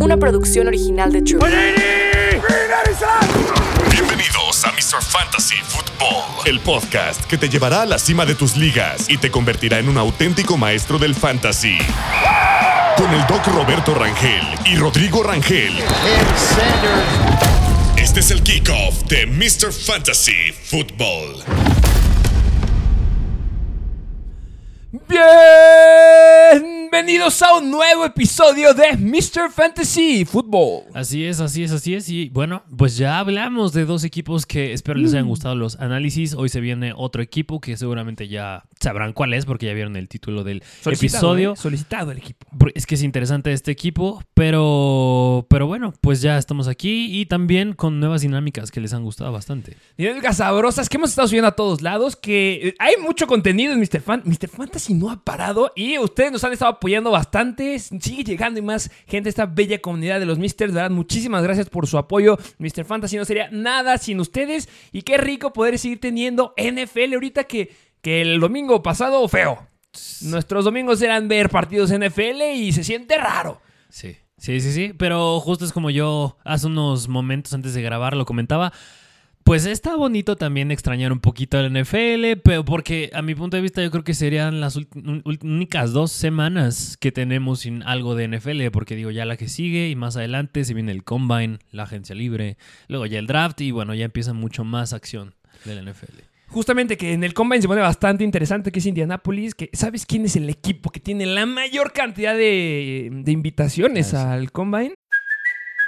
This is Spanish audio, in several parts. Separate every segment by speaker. Speaker 1: Una producción original de True.
Speaker 2: Bienvenidos a Mr. Fantasy Football, el podcast que te llevará a la cima de tus ligas y te convertirá en un auténtico maestro del fantasy. Con el doc Roberto Rangel y Rodrigo Rangel. Este es el kickoff de Mr. Fantasy Football.
Speaker 3: Bienvenidos a un nuevo episodio de Mr. Fantasy Football.
Speaker 4: Así es, así es, así es. Y bueno, pues ya hablamos de dos equipos que espero les hayan gustado los análisis. Hoy se viene otro equipo que seguramente ya sabrán cuál es porque ya vieron el título del episodio.
Speaker 3: ¿eh? Solicitado el equipo.
Speaker 4: Br- Es que es interesante este equipo, pero, pero bueno, pues ya estamos aquí y también con nuevas dinámicas que les han gustado bastante.
Speaker 3: Dinámicas sabrosas que hemos estado subiendo a todos lados, que eh, hay mucho contenido en Mr. Fan. Mr. Fantasy no ha parado y ustedes nos han estado apoyando bastante. Sigue llegando y más gente a esta bella comunidad de los Misters. De verdad, muchísimas gracias por su apoyo. Mr. Fantasy no sería nada sin ustedes. Y qué rico poder seguir teniendo NFL ahorita que, que el domingo pasado, feo. Nuestros domingos eran ver partidos NFL y se siente raro.
Speaker 4: Sí. Sí, sí, sí. Pero justo es como yo hace unos momentos antes de grabar lo comentaba. Pues está bonito también extrañar un poquito al NFL, pero porque a mi punto de vista yo creo que serían las ulti- un- ul- únicas dos semanas que tenemos sin algo de NFL, porque digo ya la que sigue y más adelante se viene el combine, la agencia libre, luego ya el draft y bueno, ya empieza mucho más acción del NFL.
Speaker 3: Justamente que en el combine se pone bastante interesante que es Indianapolis, que ¿sabes quién es el equipo que tiene la mayor cantidad de, de invitaciones al combine?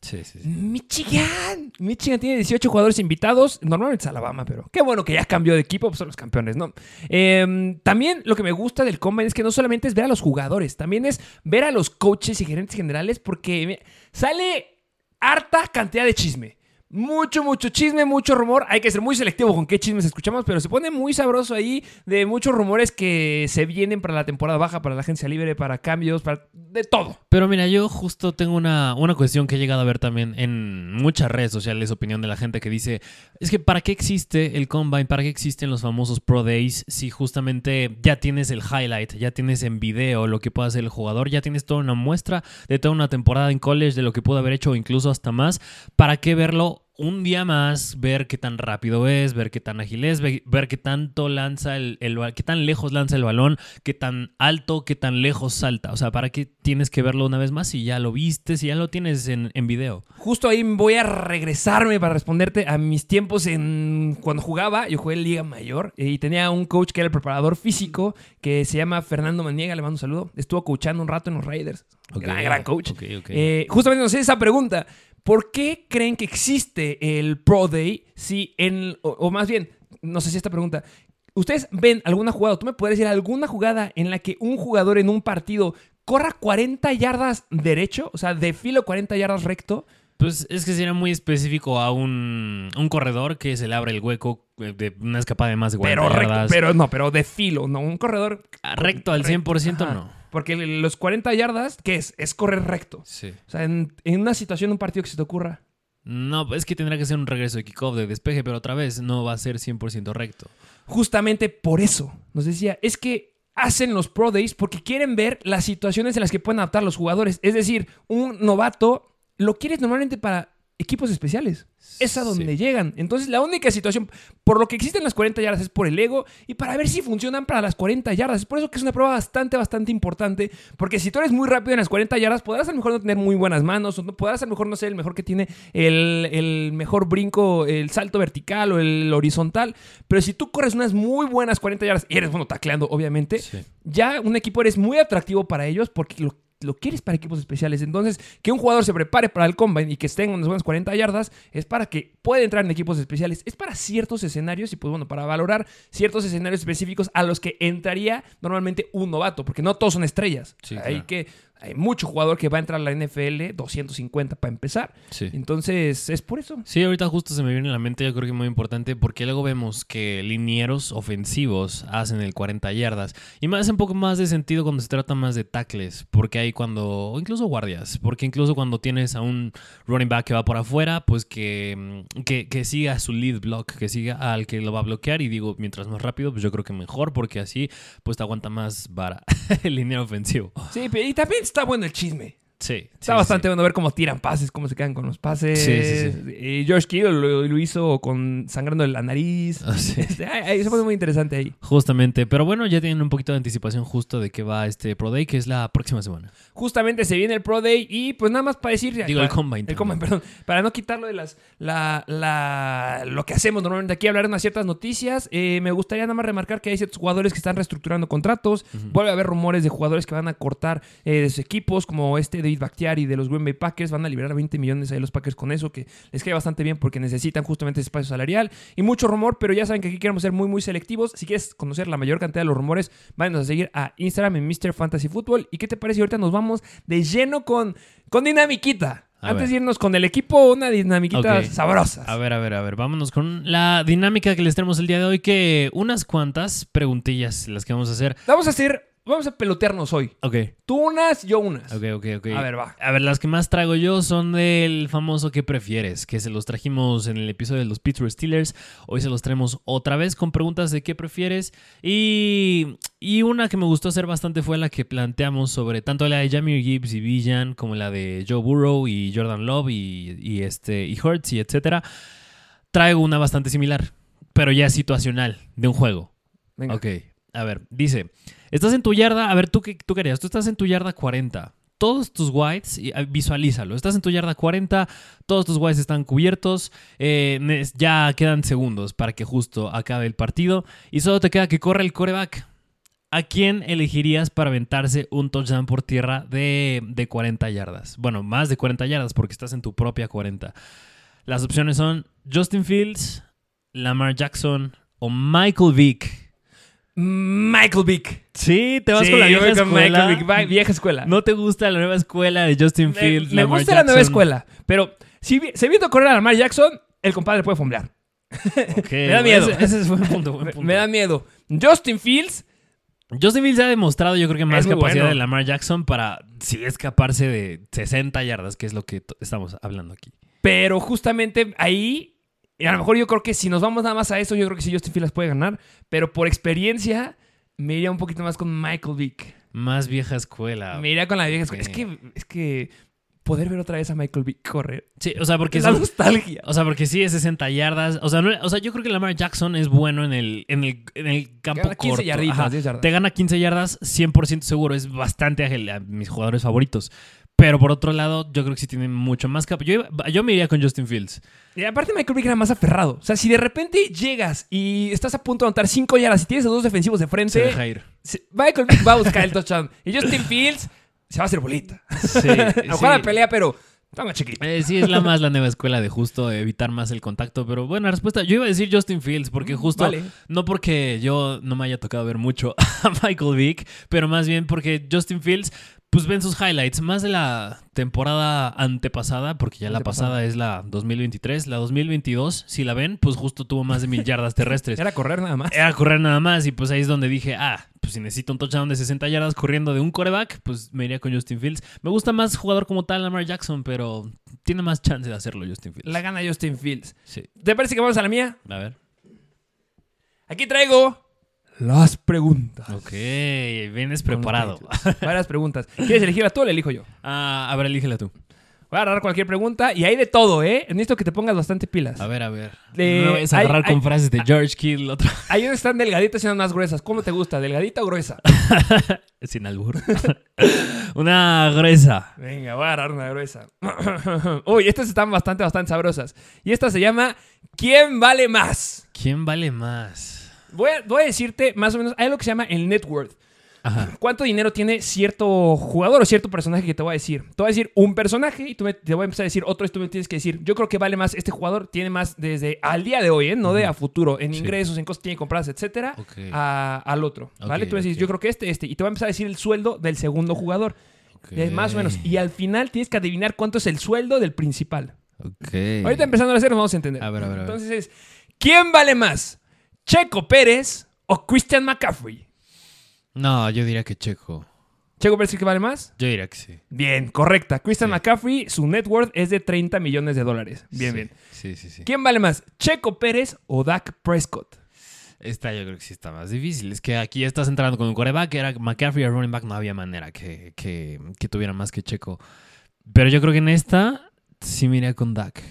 Speaker 4: Sí, sí, sí.
Speaker 3: Michigan. Michigan tiene 18 jugadores invitados. Normalmente es Alabama, pero qué bueno que ya cambió de equipo, pues son los campeones, ¿no? Eh, también lo que me gusta del combine es que no solamente es ver a los jugadores, también es ver a los coaches y gerentes generales porque mira, sale harta cantidad de chisme. Mucho, mucho chisme, mucho rumor. Hay que ser muy selectivo con qué chismes escuchamos, pero se pone muy sabroso ahí de muchos rumores que se vienen para la temporada baja, para la agencia libre, para cambios, para de todo.
Speaker 4: Pero mira, yo justo tengo una, una cuestión que he llegado a ver también en muchas redes sociales, opinión de la gente que dice, es que ¿para qué existe el combine? ¿Para qué existen los famosos Pro Days si justamente ya tienes el highlight, ya tienes en video lo que puede hacer el jugador, ya tienes toda una muestra de toda una temporada en college, de lo que pudo haber hecho o incluso hasta más? ¿Para qué verlo? Un día más, ver qué tan rápido es, ver qué tan ágil es, ve- ver qué tanto lanza el, el ba- qué tan lejos lanza el balón, qué tan alto, qué tan lejos salta. O sea, ¿para qué tienes que verlo una vez más si ya lo viste, si ya lo tienes en, en video?
Speaker 3: Justo ahí voy a regresarme para responderte a mis tiempos en cuando jugaba. Yo jugué en Liga Mayor eh, y tenía un coach que era el preparador físico que se llama Fernando Maniega. Le mando un saludo. Estuvo coachando un rato en los Raiders.
Speaker 4: Ok,
Speaker 3: gran, gran coach.
Speaker 4: ok, ok.
Speaker 3: Eh, justamente nos hace esa pregunta. ¿Por qué creen que existe el Pro Day si en. O, o más bien, no sé si esta pregunta. ¿Ustedes ven alguna jugada? ¿Tú me podrías decir alguna jugada en la que un jugador en un partido corra 40 yardas derecho? O sea, de filo 40 yardas recto.
Speaker 4: Pues es que sería muy específico a un, un corredor que se le abre el hueco eh, de una escapada de más de 40
Speaker 3: Pero, recto,
Speaker 4: yardas.
Speaker 3: pero no, pero de filo, no, un corredor.
Speaker 4: Ah, recto al 100%
Speaker 3: Ajá.
Speaker 4: no.
Speaker 3: Porque el- los 40 yardas, ¿qué es? Es correr recto.
Speaker 4: Sí.
Speaker 3: O sea, en, en una situación, un partido que se te ocurra.
Speaker 4: No, es que tendrá que ser un regreso de kickoff, de despeje, pero otra vez no va a ser 100% recto.
Speaker 3: Justamente por eso, nos decía, es que hacen los Pro Days porque quieren ver las situaciones en las que pueden adaptar los jugadores. Es decir, un novato lo quieres normalmente para equipos especiales. Es a donde
Speaker 4: Sí.
Speaker 3: llegan. Entonces, la única situación por lo que existen las 40 yardas es por el ego y para ver si funcionan para las 40 yardas. Es por eso que es una prueba bastante, bastante importante. Porque si tú eres muy rápido en las 40 yardas, podrás a lo mejor no tener muy buenas manos, o no- podrás a lo mejor no ser el mejor que tiene el, el mejor brinco, el salto vertical o el horizontal. Pero si tú corres unas muy buenas 40 yardas y eres bueno tacleando, obviamente,
Speaker 4: Sí.
Speaker 3: ya un equipo eres muy atractivo para ellos porque lo, lo quieres para equipos especiales. Entonces, que un jugador se prepare para el combine y que esté en unas buenas 40 yardas es para que pueda entrar en equipos especiales. Es para ciertos escenarios y, pues bueno, para valorar ciertos escenarios específicos a los que entraría normalmente un novato, porque no todos son estrellas.
Speaker 4: Sí,
Speaker 3: hay
Speaker 4: claro.
Speaker 3: que. Hay mucho jugador que va a entrar a la NFL 250 para empezar.
Speaker 4: Sí.
Speaker 3: Entonces, es por eso.
Speaker 4: Sí, ahorita justo se me viene a la mente, yo creo que muy importante, porque luego vemos que linieros ofensivos hacen el 40 yardas. Y me hace un poco más de sentido cuando se trata más de tackles, porque hay cuando, o incluso guardias, porque incluso cuando tienes a un running back que va por afuera, pues que, mm, que, que siga su lead block, que siga al que lo va a bloquear. Y digo, mientras más rápido, pues yo creo que mejor, porque así pues te aguanta más vara el liniero ofensivo.
Speaker 3: Sí, pero- y también está bueno el chisme.
Speaker 4: Sí. sí,
Speaker 3: Está
Speaker 4: sí.
Speaker 3: bastante bueno ver cómo tiran pases, cómo se quedan con los pases.
Speaker 4: Sí, sí, sí.
Speaker 3: Eh, George Kittle lo, lo hizo con sangrando la nariz.
Speaker 4: Ah, sí.
Speaker 3: Este, ay, ay, se pone muy interesante ahí.
Speaker 4: Justamente, pero bueno, ya tienen un poquito de anticipación justo de qué va este Pro Day, que es la próxima semana.
Speaker 3: Justamente se viene el Pro Day y pues nada más para decir...
Speaker 4: Digo, el
Speaker 3: para-
Speaker 4: Combine
Speaker 3: El
Speaker 4: también.
Speaker 3: Combine, perdón. Para no quitarlo de las, la, la- lo que hacemos normalmente aquí, hablar de unas ciertas noticias. Eh, me gustaría nada más remarcar que hay ciertos jugadores que están reestructurando contratos. Vuelve a haber rumores de jugadores que van a cortar eh, de sus equipos, como este David Bactiari de los Green Bay Packers. Van a liberar 20 millones ahí los Packers con eso, que les cae bastante bien porque necesitan justamente ese espacio salarial. Y mucho rumor, pero ya saben que aquí queremos ser muy, muy selectivos. Si quieres conocer la mayor cantidad de los rumores, váyanos a seguir a Instagram en Mr. Fantasy Football. ¿Y qué te parece? Ahorita nos vamos de lleno con, con dinamiquita.
Speaker 4: A
Speaker 3: Antes
Speaker 4: ver.
Speaker 3: de irnos con el equipo, una dinamiquita
Speaker 4: Ok.
Speaker 3: sabrosa.
Speaker 4: A ver, a ver, a ver, vámonos con la dinámica que les tenemos el día de hoy, que unas cuantas preguntillas las que vamos a hacer.
Speaker 3: Vamos a hacer, vamos a pelotearnos hoy.
Speaker 4: Ok,
Speaker 3: Tú unas, yo unas.
Speaker 4: ok, ok, ok.
Speaker 3: A ver, va.
Speaker 4: A ver, las que más traigo yo son del famoso ¿Qué prefieres? Que se los trajimos en el episodio de los Pittsburgh Steelers. Hoy se los traemos otra vez con preguntas de ¿Qué prefieres? Y, y una que me gustó hacer bastante fue la que planteamos sobre tanto la de Jamie Gibbs y Villan como la de Joe Burrow y Jordan Love y, y este, y Hurts y etcétera. Traigo una bastante similar, pero ya situacional de un juego.
Speaker 3: Venga.
Speaker 4: Ok, a ver, dice, estás en tu yarda, a ver, ¿tú qué tú querías? Tú estás en tu yarda 40. Todos tus whites, y, ah, visualízalo, estás en tu yarda 40, todos tus whites están cubiertos, eh, ne- ya quedan segundos para que justo acabe el partido y solo te queda que corra el coreback. ¿A quién elegirías para aventarse un touchdown por tierra de, de 40 yardas? Bueno, más de 40 yardas porque estás en tu propia 40. Las opciones son Justin Fields, Lamar Jackson o Michael Vick.
Speaker 3: Michael Vick.
Speaker 4: Sí, te vas
Speaker 3: Sí,
Speaker 4: con la
Speaker 3: yo
Speaker 4: vieja
Speaker 3: voy con
Speaker 4: escuela.
Speaker 3: Michael Vick, va- vieja escuela.
Speaker 4: No te gusta la nueva escuela de Justin
Speaker 3: Me-
Speaker 4: Fields.
Speaker 3: Me,
Speaker 4: Lamar
Speaker 3: gusta la nueva
Speaker 4: Jackson.
Speaker 3: escuela, pero si vi- se viendo correr a Lamar Jackson, el compadre puede fomblear.
Speaker 4: Ok,
Speaker 3: Me da miedo.
Speaker 4: Ese, ese es buen punto, buen
Speaker 3: Me,
Speaker 4: punto.
Speaker 3: me da miedo. Justin Fields,
Speaker 4: Justin Fields ha demostrado, yo creo que más
Speaker 3: Es muy
Speaker 4: capacidad
Speaker 3: bueno.
Speaker 4: de Lamar Jackson para sí escaparse de 60 yardas, que es lo que to- estamos hablando aquí.
Speaker 3: pero justamente ahí, y a lo mejor yo creo que si nos vamos nada más a eso, yo creo que sí Justin Fields las puede ganar, pero por experiencia me iría un poquito más con Michael Vick.
Speaker 4: Más vieja escuela.
Speaker 3: Me iría con la vieja escuela. Es
Speaker 4: Ah, ok.
Speaker 3: que, es que poder ver otra vez a Michael Vick correr,
Speaker 4: Sí, o sea, porque
Speaker 3: que es la
Speaker 4: son-
Speaker 3: nostalgia.
Speaker 4: O sea, porque sí, es 60 yardas. O sea, no- o sea, yo creo que Lamar Jackson es bueno en el, en el, en el campo
Speaker 3: Gana 15
Speaker 4: corto.
Speaker 3: yarditas,
Speaker 4: Ajá.
Speaker 3: 10 yardas.
Speaker 4: Te gana 15 yardas, 100% seguro. Es bastante ágil a mis jugadores favoritos. Pero por otro lado, yo creo que sí tiene mucho más capa. Yo, iba- yo me iría con Justin Fields.
Speaker 3: Y aparte Michael Vick era más aferrado. O sea, si de repente llegas y estás a punto de anotar 5 yardas y tienes a dos defensivos de frente,
Speaker 4: Se deja ir.
Speaker 3: Sí, Michael Vick va a buscar el touchdown. Y Justin Fields se va a hacer bolita.
Speaker 4: Sí,
Speaker 3: a lo mejor la
Speaker 4: sí.
Speaker 3: pelea, pero toma chiquita.
Speaker 4: Eh, sí, es la más la nueva escuela de justo evitar más el contacto. Pero buena respuesta. Yo iba a decir Justin Fields porque justo,
Speaker 3: Mm, vale.
Speaker 4: no porque yo no me haya tocado ver mucho a Michael Vick, pero más bien porque Justin Fields, pues ven sus highlights, más de la temporada antepasada, porque ya la pasada es la 2023, la 2022, si la ven, pues justo tuvo más de mil yardas terrestres.
Speaker 3: Era correr nada más.
Speaker 4: Era correr nada más y pues ahí es donde dije, ah, pues si necesito un touchdown de 60 yardas corriendo de un coreback, pues me iría con Justin Fields. Me gusta más jugador como tal Lamar Jackson, pero tiene más chance de hacerlo Justin Fields.
Speaker 3: La gana Justin Fields.
Speaker 4: Sí,
Speaker 3: ¿Te parece que vamos a la mía?
Speaker 4: a ver.
Speaker 3: Aquí traigo las preguntas.
Speaker 4: Ok, vienes preparado.
Speaker 3: Varias preguntas. ¿Quieres elegirla tú o la elijo yo?
Speaker 4: Ah, a ver, elígela tú.
Speaker 3: Voy a agarrar cualquier pregunta y hay de todo, ¿eh? Necesito que te pongas bastante pilas.
Speaker 4: A ver, a ver.
Speaker 3: Eh,
Speaker 4: no me vayas a
Speaker 3: hay-
Speaker 4: agarrar
Speaker 3: hay- ah.
Speaker 4: con frases de George Kittle otra
Speaker 3: Hay unas que están delgaditas y unas más gruesas. ¿Cómo te gusta? ¿Delgadita o gruesa?
Speaker 4: Sin albur. Una gruesa.
Speaker 3: Venga, voy a agarrar una gruesa. Uy, estas están bastante, bastante sabrosas. Y esta se llama ¿Quién vale más?
Speaker 4: ¿Quién vale más?
Speaker 3: Voy a, voy a decirte más o menos, hay algo que se llama el net worth.
Speaker 4: Ajá.
Speaker 3: ¿Cuánto dinero tiene cierto jugador o cierto personaje que te voy a decir? Te voy a decir un personaje y tú me, te voy a empezar a decir otro y tú me tienes que decir, yo creo que vale más, este jugador tiene más desde al día de hoy, ¿eh? no de a futuro, en ingresos, en cosas que tiene compradas, etcétera,
Speaker 4: Ok.
Speaker 3: a- al otro, ¿vale?
Speaker 4: Ok,
Speaker 3: tú me dices,
Speaker 4: ok.
Speaker 3: yo creo que este, este, y te voy a empezar a decir el sueldo del segundo jugador, eh, más o menos, y al final tienes que adivinar cuánto es el sueldo del principal.
Speaker 4: Ok.
Speaker 3: Ahorita empezando a hacer, nos vamos a entender.
Speaker 4: A ver, a ver, a ver.
Speaker 3: Entonces es, ¿quién vale más? ¿Checo Pérez o Christian McCaffrey?
Speaker 4: No, yo diría que Checo.
Speaker 3: ¿Checo Pérez es el que vale más?
Speaker 4: Yo diría que sí.
Speaker 3: Bien, correcta. Christian McCaffrey, su net worth es de 30 millones de dólares. Bien,
Speaker 4: Sí,
Speaker 3: bien.
Speaker 4: Sí, sí, sí.
Speaker 3: ¿Quién vale más? ¿Checo Pérez o Dak Prescott?
Speaker 4: Esta yo creo que sí está más difícil. Es que aquí estás entrando con un coreback. Era McCaffrey el running back. No había manera que, que, que tuviera más que Checo. Pero yo creo que en esta sí me iría con Dak.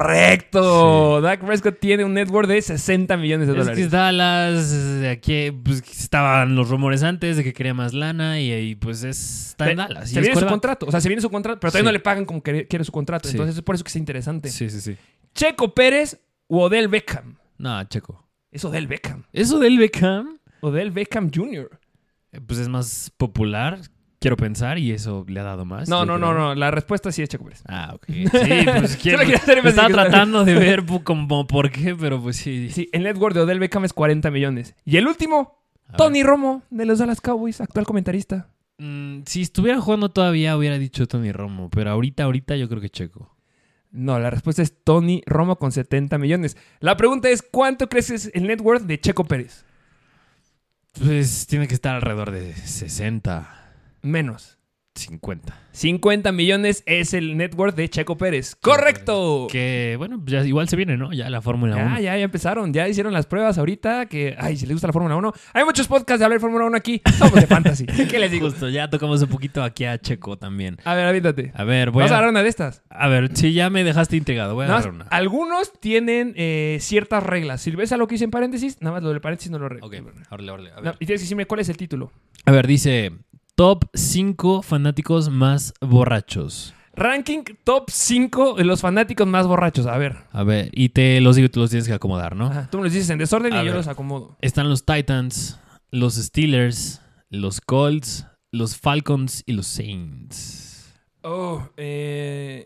Speaker 3: Correcto. Dak Prescott tiene un net worth de 60 millones de
Speaker 4: Es que
Speaker 3: dólares.
Speaker 4: es Dallas, eh, aquí pues, estaban los rumores antes de que quería más lana y, ahí pues es, está
Speaker 3: Se-
Speaker 4: en Dallas. y
Speaker 3: se viene
Speaker 4: es
Speaker 3: su
Speaker 4: quarterback.
Speaker 3: contrato. O sea, se viene su contrato, pero todavía
Speaker 4: Sí.
Speaker 3: no le pagan como que quiere su contrato.
Speaker 4: Sí.
Speaker 3: Entonces es por eso que es interesante.
Speaker 4: Sí, sí, sí.
Speaker 3: ¿Checo Pérez o Odell Beckham?
Speaker 4: No, Checo.
Speaker 3: Es Odell Beckham.
Speaker 4: Eso del Beckham,
Speaker 3: Odell Beckham Jr.
Speaker 4: eh, pues es más popular, quiero pensar, y eso le ha dado más.
Speaker 3: No,
Speaker 4: yo
Speaker 3: no, no,
Speaker 4: creo.
Speaker 3: no. La respuesta sí es Checo Pérez.
Speaker 4: Ah, ok. Sí, pues
Speaker 3: Yo lo
Speaker 4: quiero.
Speaker 3: quería hacer
Speaker 4: Estaba
Speaker 3: investigar.
Speaker 4: tratando de ver pu- como por qué, pero pues sí.
Speaker 3: Sí, el net worth de Odell Beckham es 40 millones. Y el último,
Speaker 4: A ver.
Speaker 3: Tony Romo, de los Dallas Cowboys, actual comentarista.
Speaker 4: Mm, si estuviera jugando todavía hubiera dicho Tony Romo, pero ahorita, ahorita yo creo que Checo.
Speaker 3: No, la respuesta es Tony Romo con 70 millones. La pregunta es, ¿cuánto crees que es el net worth de Checo Pérez?
Speaker 4: Pues tiene que estar alrededor de 60,
Speaker 3: Menos.
Speaker 4: 50.
Speaker 3: 50 millones es el net worth de Checo Pérez. ¡Correcto!
Speaker 4: Que bueno, ya igual se viene, ¿no? Ya la Fórmula 1.
Speaker 3: Ya, ya, ya empezaron, ya hicieron las pruebas ahorita que, ay, si les gusta la Fórmula 1, hay muchos podcasts de hablar de Fórmula 1 aquí, somos de fantasy, ¿qué les digo?
Speaker 4: Justo, ya tocamos un poquito aquí a Checo también.
Speaker 3: A ver, avíntate.
Speaker 4: A ver, voy
Speaker 3: ¿Vas a ah,
Speaker 4: a.
Speaker 3: agarrar una de estas?
Speaker 4: A ver, si ya me dejaste intrigado, voy a
Speaker 3: Nada más,
Speaker 4: agarrar una.
Speaker 3: algunos tienen eh, ciertas reglas, si ves a lo que hice en paréntesis, nada más lo del paréntesis no lo re.
Speaker 4: Ok, órale, órale. A
Speaker 3: No,
Speaker 4: ver.
Speaker 3: y tienes que decirme cuál es el título.
Speaker 4: A ver, dice: Top 5 fanáticos más borrachos.
Speaker 3: Ranking top 5 de los fanáticos más borrachos. A ver.
Speaker 4: A ver, y te los digo, tú los tienes que acomodar, ¿no?
Speaker 3: Ajá, Tú me los dices en desorden y
Speaker 4: A
Speaker 3: yo
Speaker 4: ver.
Speaker 3: los acomodo.
Speaker 4: Están los Titans, los Steelers, los Colts, los Falcons y los Saints.
Speaker 3: Oh, eh,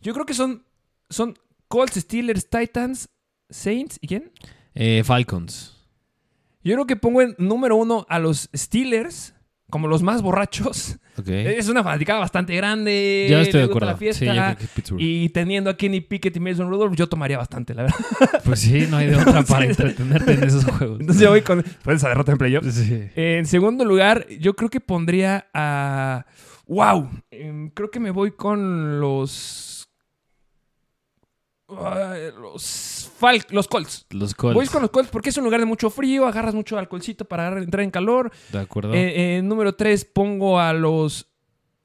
Speaker 3: Yo creo que son, son Colts, Steelers, Titans, Saints. ¿Y quién?
Speaker 4: Eh, Falcons.
Speaker 3: Yo creo que pongo en número uno a los Steelers como los más borrachos.
Speaker 4: Ok.
Speaker 3: Es una fanaticada bastante grande.
Speaker 4: Yo estoy
Speaker 3: Eh, le
Speaker 4: de
Speaker 3: gusta
Speaker 4: acuerdo.
Speaker 3: la fiesta,
Speaker 4: Sí, yo creo que es Pittsburgh.
Speaker 3: y teniendo a Kenny Pickett y Mason Rudolph, yo tomaría bastante, la verdad.
Speaker 4: Pues sí, no hay de otra para
Speaker 3: Sí.
Speaker 4: entretenerte en esos juegos.
Speaker 3: Entonces yo voy con con esa derrota en playoffs.
Speaker 4: Sí.
Speaker 3: En segundo lugar, yo creo que pondría a. ¡Wow! em, creo que me voy con los. Ah, los, Fal- los Colts.
Speaker 4: Los Colts.
Speaker 3: Voy con los Colts porque es un lugar de mucho frío, agarras mucho alcoholcito para agarrar- entrar en calor.
Speaker 4: De acuerdo.
Speaker 3: Eh, eh, número 3, pongo a los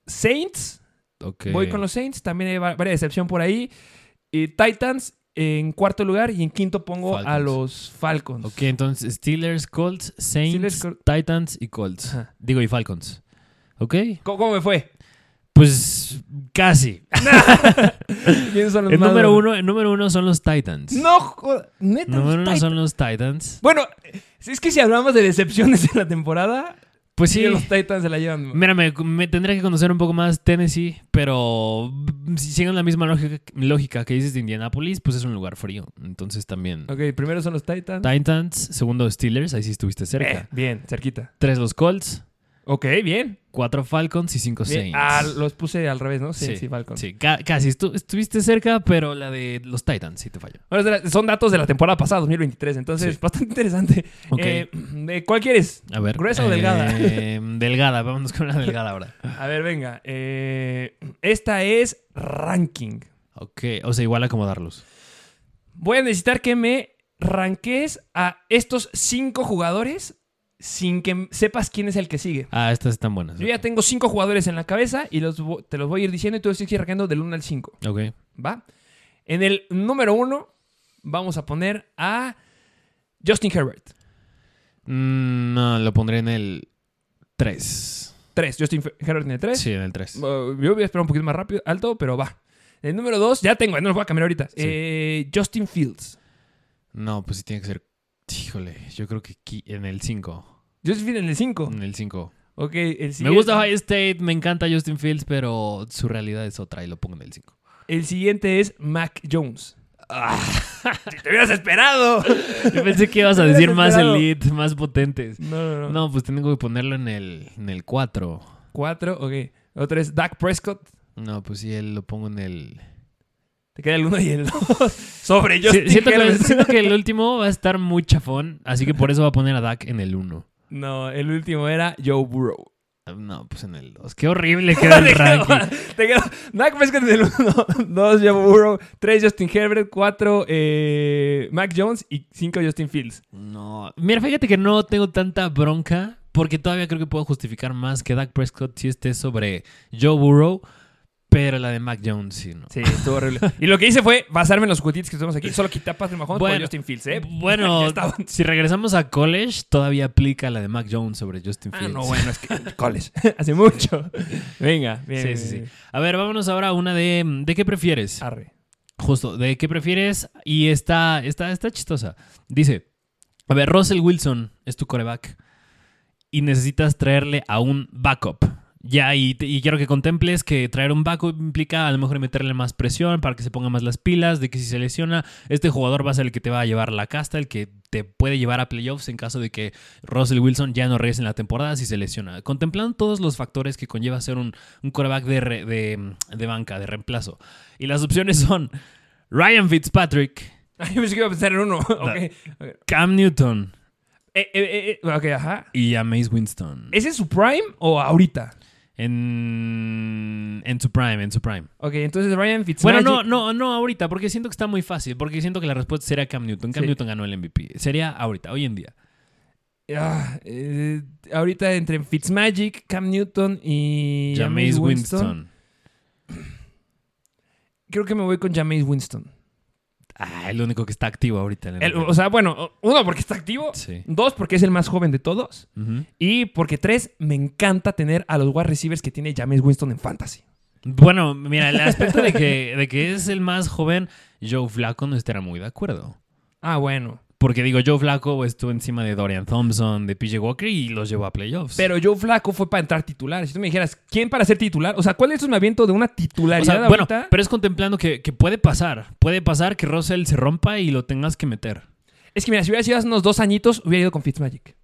Speaker 3: Saints.
Speaker 4: Ok.
Speaker 3: Voy con los Saints, también hay va- varias decepción por ahí. Y Titans en cuarto lugar y en quinto pongo a
Speaker 4: Falcons.
Speaker 3: los Falcons.
Speaker 4: Ok, entonces Steelers, Colts, Saints,
Speaker 3: Steelers, Col-
Speaker 4: Titans y Colts.
Speaker 3: Ajá.
Speaker 4: Digo, y Falcons. Ok.
Speaker 3: ¿Cómo, cómo me fue?
Speaker 4: Pues casi.
Speaker 3: ¿Quiénes son los
Speaker 4: El
Speaker 3: más
Speaker 4: número
Speaker 3: buenos?
Speaker 4: uno, el número uno son los Titans.
Speaker 3: No, joda- neta. los
Speaker 4: Número uno
Speaker 3: Titans.
Speaker 4: son los Titans.
Speaker 3: Bueno, es que si hablamos de decepciones en la temporada,
Speaker 4: Pues
Speaker 3: sí,
Speaker 4: sí.
Speaker 3: los Titans se la llevan.
Speaker 4: Mira, me, me tendría que conocer un poco más Tennessee, pero si siguen la misma lógica, lógica que dices de Indianapolis, pues es un lugar frío. Entonces también.
Speaker 3: Ok, primero son los Titans.
Speaker 4: Titans, segundo Steelers, ahí sí estuviste cerca.
Speaker 3: Eh, bien, cerquita.
Speaker 4: Tres los Colts,
Speaker 3: Ok, bien.
Speaker 4: cuatro Falcons y cinco
Speaker 3: Bien.
Speaker 4: Saints.
Speaker 3: Ah, los puse al revés, ¿no? Sí, sí, Falcons.
Speaker 4: sí, ca- casi estu- estuviste cerca, pero la de los Titans sí te falló.
Speaker 3: Bueno, será- son datos de la temporada pasada, 2023, entonces
Speaker 4: Sí.
Speaker 3: bastante interesante.
Speaker 4: Ok.
Speaker 3: Eh, ¿de ¿Cuál quieres?
Speaker 4: A ver.
Speaker 3: ¿Gruesa o delgada?
Speaker 4: eh, delgada, vámonos con la delgada ahora.
Speaker 3: A ver, venga. eh, esta es ranking.
Speaker 4: Ok, o sea, igual acomodarlos.
Speaker 3: Voy a necesitar que me ranques a estos cinco jugadores sin que sepas quién es el que sigue.
Speaker 4: Ah, estas están buenas.
Speaker 3: Yo ya tengo cinco jugadores en la cabeza y los, vo- te los voy a ir diciendo y tú los tienes que ir arrancando del 1 al 5.
Speaker 4: Ok.
Speaker 3: ¿Va? En el número uno vamos a poner a Justin Herbert.
Speaker 4: Mm, no, lo pondré en el 3.
Speaker 3: 3. Justin Fe- Herbert tiene 3.
Speaker 4: Sí, en el 3.
Speaker 3: yo voy a esperar un poquito más rápido, alto, pero va. El número 2, ya tengo, no lo voy a cambiar ahorita. Eh, Justin Fields.
Speaker 4: No, pues sí tiene que ser. Híjole, yo creo que aquí en el 5.
Speaker 3: Justin Fields en el 5.
Speaker 4: En el 5.
Speaker 3: Ok, el siguiente.
Speaker 4: Me gusta Ohio State, me encanta Justin Fields, pero su realidad es otra y lo pongo en el 5.
Speaker 3: El siguiente es Mac Jones. Ah. Si te hubieras esperado.
Speaker 4: Yo pensé que ibas a
Speaker 3: Me
Speaker 4: decir
Speaker 3: hubieras
Speaker 4: más
Speaker 3: esperado.
Speaker 4: elite, más potentes.
Speaker 3: No, no, no.
Speaker 4: No, pues tengo que ponerlo en el, en el 4.
Speaker 3: 4, ok. Otro es Dak Prescott.
Speaker 4: No, pues sí, él lo pongo en el.
Speaker 3: Te queda el 1 y el 2. Sobre
Speaker 4: Sí,
Speaker 3: Justin
Speaker 4: siento, que,
Speaker 3: Herbert.
Speaker 4: siento que el último va a estar muy chafón, así que por eso va a poner a Dak en el 1.
Speaker 3: No, el último era Joe Burrow.
Speaker 4: No, pues en el 2. Qué horrible queda el ranking.
Speaker 3: Te quedó Dak Prescott en el 1, 2 Joe Burrow, 3 Justin Herbert, 4 eh, Mac Jones y 5 Justin Fields.
Speaker 4: No. Mira, fíjate que no tengo tanta bronca porque todavía creo que puedo justificar más que Dak Prescott si esté sobre Joe Burrow, pero la de Mac Jones sí, ¿no?
Speaker 3: Sí, estuvo horrible. y lo que hice fue basarme en los juguetitos que estamos aquí. Solo quité a Patrick Mahomes por
Speaker 4: Bueno,
Speaker 3: Justin Fields, ¿eh? Ya
Speaker 4: Bueno,
Speaker 3: estaba.
Speaker 4: si regresamos a college, todavía aplica la de Mac Jones sobre Justin
Speaker 3: Ah,
Speaker 4: Fields.
Speaker 3: no, bueno, es que coles. Hace mucho. Venga, bien.
Speaker 4: Sí,
Speaker 3: bien,
Speaker 4: sí, sí.
Speaker 3: bien.
Speaker 4: A ver, vámonos ahora a una de... ¿De qué prefieres?
Speaker 3: Arre.
Speaker 4: Justo, ¿de qué prefieres? Y está, está, está chistosa. Dice, a ver, Russell Wilson es tu coreback y necesitas traerle a un backup. Ya, y, te- y quiero que contemples que traer un backup implica a lo mejor meterle más presión para que se ponga más las pilas, de que si se lesiona, este jugador va a ser el que te va a llevar la casta, el que te puede llevar a playoffs en caso de que Russell Wilson ya no regrese en la temporada si se lesiona. Contemplando todos los factores que conlleva ser un, un coreback de, re- de, de banca, de reemplazo. Y las opciones son Ryan Fitzpatrick,
Speaker 3: Ay, yo pensé que iba a pensar en uno. ok.
Speaker 4: Da-
Speaker 3: ok.
Speaker 4: Cam Newton
Speaker 3: Eh, eh, eh, ok, ajá.
Speaker 4: y Jameis Winston.
Speaker 3: ¿Ese es su prime o ahorita?
Speaker 4: En, en su prime, en su prime.
Speaker 3: Ok, entonces Ryan
Speaker 4: Bueno,
Speaker 3: Fitzmagic.
Speaker 4: no, no, no ahorita, porque siento que está muy fácil, porque siento que la respuesta sería Cam Newton. Cam
Speaker 3: Sí.
Speaker 4: Newton ganó el MVP. Sería ahorita, hoy en día.
Speaker 3: Ah, eh, ahorita entre Fitzmagic, Cam Newton y
Speaker 4: Jameis
Speaker 3: Jameis Winston,
Speaker 4: Winston.
Speaker 3: Creo que me voy con Jameis Winston.
Speaker 4: Ah, el único que está activo ahorita. en el
Speaker 3: El-
Speaker 4: NFL.
Speaker 3: o sea, bueno, uno, porque está activo.
Speaker 4: Sí.
Speaker 3: Dos, porque es el más joven de todos.
Speaker 4: Ujú.
Speaker 3: Y porque tres, me encanta tener a los wide receivers que tiene Jameis Winston en fantasy.
Speaker 4: Bueno, mira, el aspecto de que, de que es el más joven, Joe Flaco no estará muy de acuerdo.
Speaker 3: Ah, bueno.
Speaker 4: Porque digo, Joe Flaco estuvo encima de Dorian Thompson, de PJ Walker y los llevó a playoffs.
Speaker 3: Pero Joe Flaco fue para entrar titular. Si tú me dijeras, ¿quién para ser titular? O sea, ¿cuál es un aviento de una
Speaker 4: O
Speaker 3: titularidad
Speaker 4: sea, bueno,
Speaker 3: ahorita?
Speaker 4: pero es contemplando que, que puede pasar. Puede pasar que Russell se rompa y lo tengas que meter.
Speaker 3: Es que mira, si hubiera sido hace unos dos añitos, hubiera ido con Fitzmagic.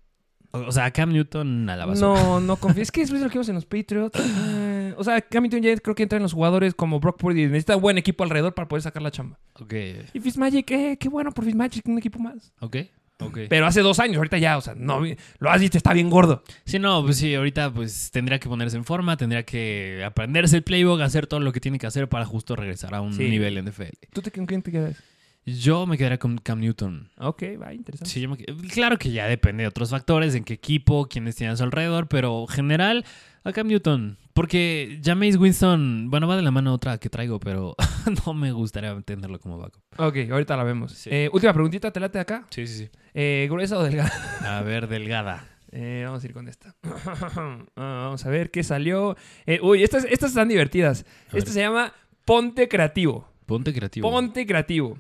Speaker 4: O, o sea, Cam Newton
Speaker 3: Ah,
Speaker 4: a la basura.
Speaker 3: No, no confío. Es que después de lo que vimos en los Patriots. eh, o sea, Cam Newton ya creo que entra en los jugadores como Brock Purdy. Necesita buen equipo alrededor para poder sacar la chamba.
Speaker 4: Ok,
Speaker 3: Y Fitzmagic, eh, qué bueno por Fitzmagic, un equipo más.
Speaker 4: ok, ok.
Speaker 3: Pero hace dos años, ahorita ya, o sea, no, lo has visto, está bien gordo.
Speaker 4: Sí, no, pues sí, ahorita pues tendría que ponerse en forma, tendría que aprenderse el playbook, hacer todo lo que tiene que hacer para justo regresar a un
Speaker 3: Sí.
Speaker 4: nivel NFL.
Speaker 3: ¿Tú te, con quién te quedas?
Speaker 4: Yo me quedaría con Cam Newton.
Speaker 3: Ok, va, interesante.
Speaker 4: Sí, yo me qued- Claro que ya depende de otros factores, en qué equipo, quiénes tienen a su alrededor, pero general a Cam Newton. Porque Jameis Winston, bueno, va de la mano otra que traigo, pero no me gustaría tenerlo como backup.
Speaker 3: Ok, ahorita la vemos.
Speaker 4: Sí.
Speaker 3: Eh, última preguntita, te late de acá.
Speaker 4: Sí, sí, sí.
Speaker 3: Eh, ¿Gruesa o delgada?
Speaker 4: A ver, Delgada.
Speaker 3: Eh, vamos a ir con esta. Ah, vamos a ver qué salió. Eh, uy, estas, estas están divertidas.
Speaker 4: ver.
Speaker 3: Esto se llama Ponte Creativo.
Speaker 4: Ponte creativo.
Speaker 3: Ponte Creativo.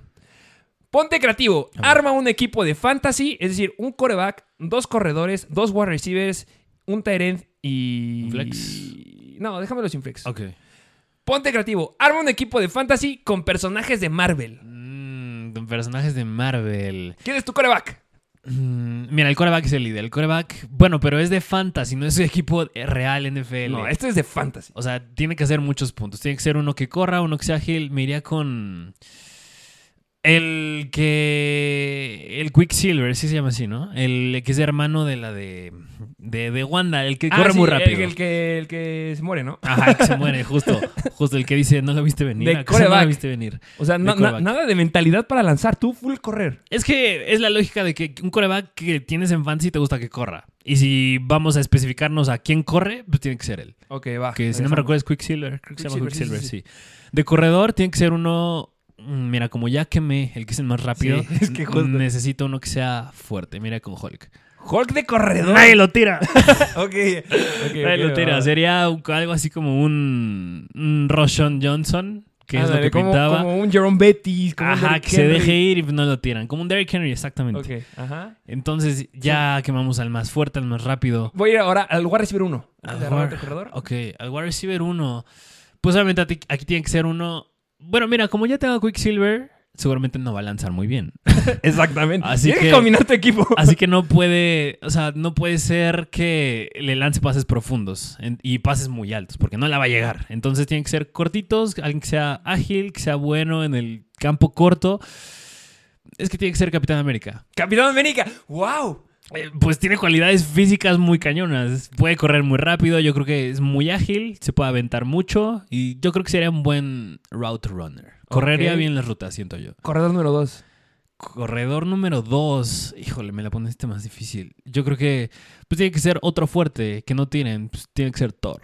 Speaker 3: Ponte Creativo.
Speaker 4: A ver.
Speaker 3: Arma un equipo de fantasy, es decir, un coreback, dos corredores, dos wide receivers, un tight end y...
Speaker 4: ¿Un flex?
Speaker 3: No, déjamelo sin flex.
Speaker 4: Ok.
Speaker 3: Ponte Creativo. Arma un equipo de fantasy con personajes de Marvel.
Speaker 4: Mm, personajes de Marvel.
Speaker 3: ¿Quién es tu coreback?
Speaker 4: Mm, mira, el coreback es el líder. El coreback, bueno, pero es de fantasy, no es de equipo real NFL.
Speaker 3: No, este es de fantasy.
Speaker 4: O sea, tiene que hacer muchos puntos. Tiene que ser uno que corra, uno que sea ágil. Me iría con. El que. El Quicksilver, sí se llama así, ¿no? El que es hermano de la de. De, de Wanda, el que
Speaker 3: Ah,
Speaker 4: corre
Speaker 3: sí,
Speaker 4: muy
Speaker 3: el-
Speaker 4: rápido.
Speaker 3: El, que, el que se muere, ¿no?
Speaker 4: Ajá, el que se muere, justo. Justo el que dice, no lo viste venir.
Speaker 3: De
Speaker 4: ¿acaso no
Speaker 3: coreback.
Speaker 4: lo viste venir.
Speaker 3: O sea,
Speaker 4: De
Speaker 3: na- na-
Speaker 4: coreback.
Speaker 3: nada de mentalidad para lanzar. Tú, full correr.
Speaker 4: Es que es la lógica de que un coreback que tienes en fantasy te gusta que corra. Y si vamos a especificarnos a quién corre, pues tiene que ser él.
Speaker 3: Ok, va.
Speaker 4: Que si no me recuerdo es Quicksilver. Creo que se llama
Speaker 3: Ah, Quicksilver,
Speaker 4: Quicksilver,
Speaker 3: sí,
Speaker 4: sí, De corredor tiene que ser uno. mm, Mira, como ya quemé el que es el más rápido,
Speaker 3: Sí, es que justo.
Speaker 4: necesito uno que sea fuerte. Mira, con Hulk.
Speaker 3: Hulk de corredor.
Speaker 4: Nadie lo tira.
Speaker 3: ok. okay,
Speaker 4: Nadie
Speaker 3: ok,
Speaker 4: lo tira.
Speaker 3: va.
Speaker 4: Sería un- algo así como un, un Roshan Johnson, que es lo
Speaker 3: Ándale,
Speaker 4: que
Speaker 3: como,
Speaker 4: pintaba.
Speaker 3: como un Jerome Bettis. Como un
Speaker 4: Ajá,
Speaker 3: Derrick
Speaker 4: que se
Speaker 3: Henry.
Speaker 4: deje ir y no lo tiran. Como un Derrick Henry, exactamente.
Speaker 3: Ok, ajá.
Speaker 4: Entonces ya quemamos al más fuerte, al más rápido.
Speaker 3: Voy a ir ahora al wide receiver 1.
Speaker 4: Al
Speaker 3: ¿Al de
Speaker 4: war-
Speaker 3: de corredor?
Speaker 4: Ok, al wide receiver 1. Pues obviamente a ti- aquí tiene que ser uno. Bueno, mira, como ya tengo a Quicksilver, seguramente no va a lanzar muy bien.
Speaker 3: Exactamente.
Speaker 4: Así
Speaker 3: Tienes que,
Speaker 4: que-
Speaker 3: combinar tu equipo.
Speaker 4: Así que no puede, o sea, no puede ser que le lance pases profundos en- y pases muy altos, porque no la va a llegar. Entonces tienen que ser cortitos, alguien que sea ágil, que sea bueno en el campo corto. Es que tiene que ser Capitán América.
Speaker 3: Capitán América. ¡Wow!
Speaker 4: Eh, Pues tiene cualidades físicas muy cañonas. Puede correr muy rápido, yo creo que es muy ágil, se puede aventar mucho y yo creo que sería un buen route runner. Correría
Speaker 3: Ok.
Speaker 4: bien las rutas, siento yo.
Speaker 3: Corredor número 2.
Speaker 4: Corredor número 2. Híjole, me la este más difícil. Yo creo que pues tiene que ser otro fuerte que no tienen. Pues, tiene que ser Thor.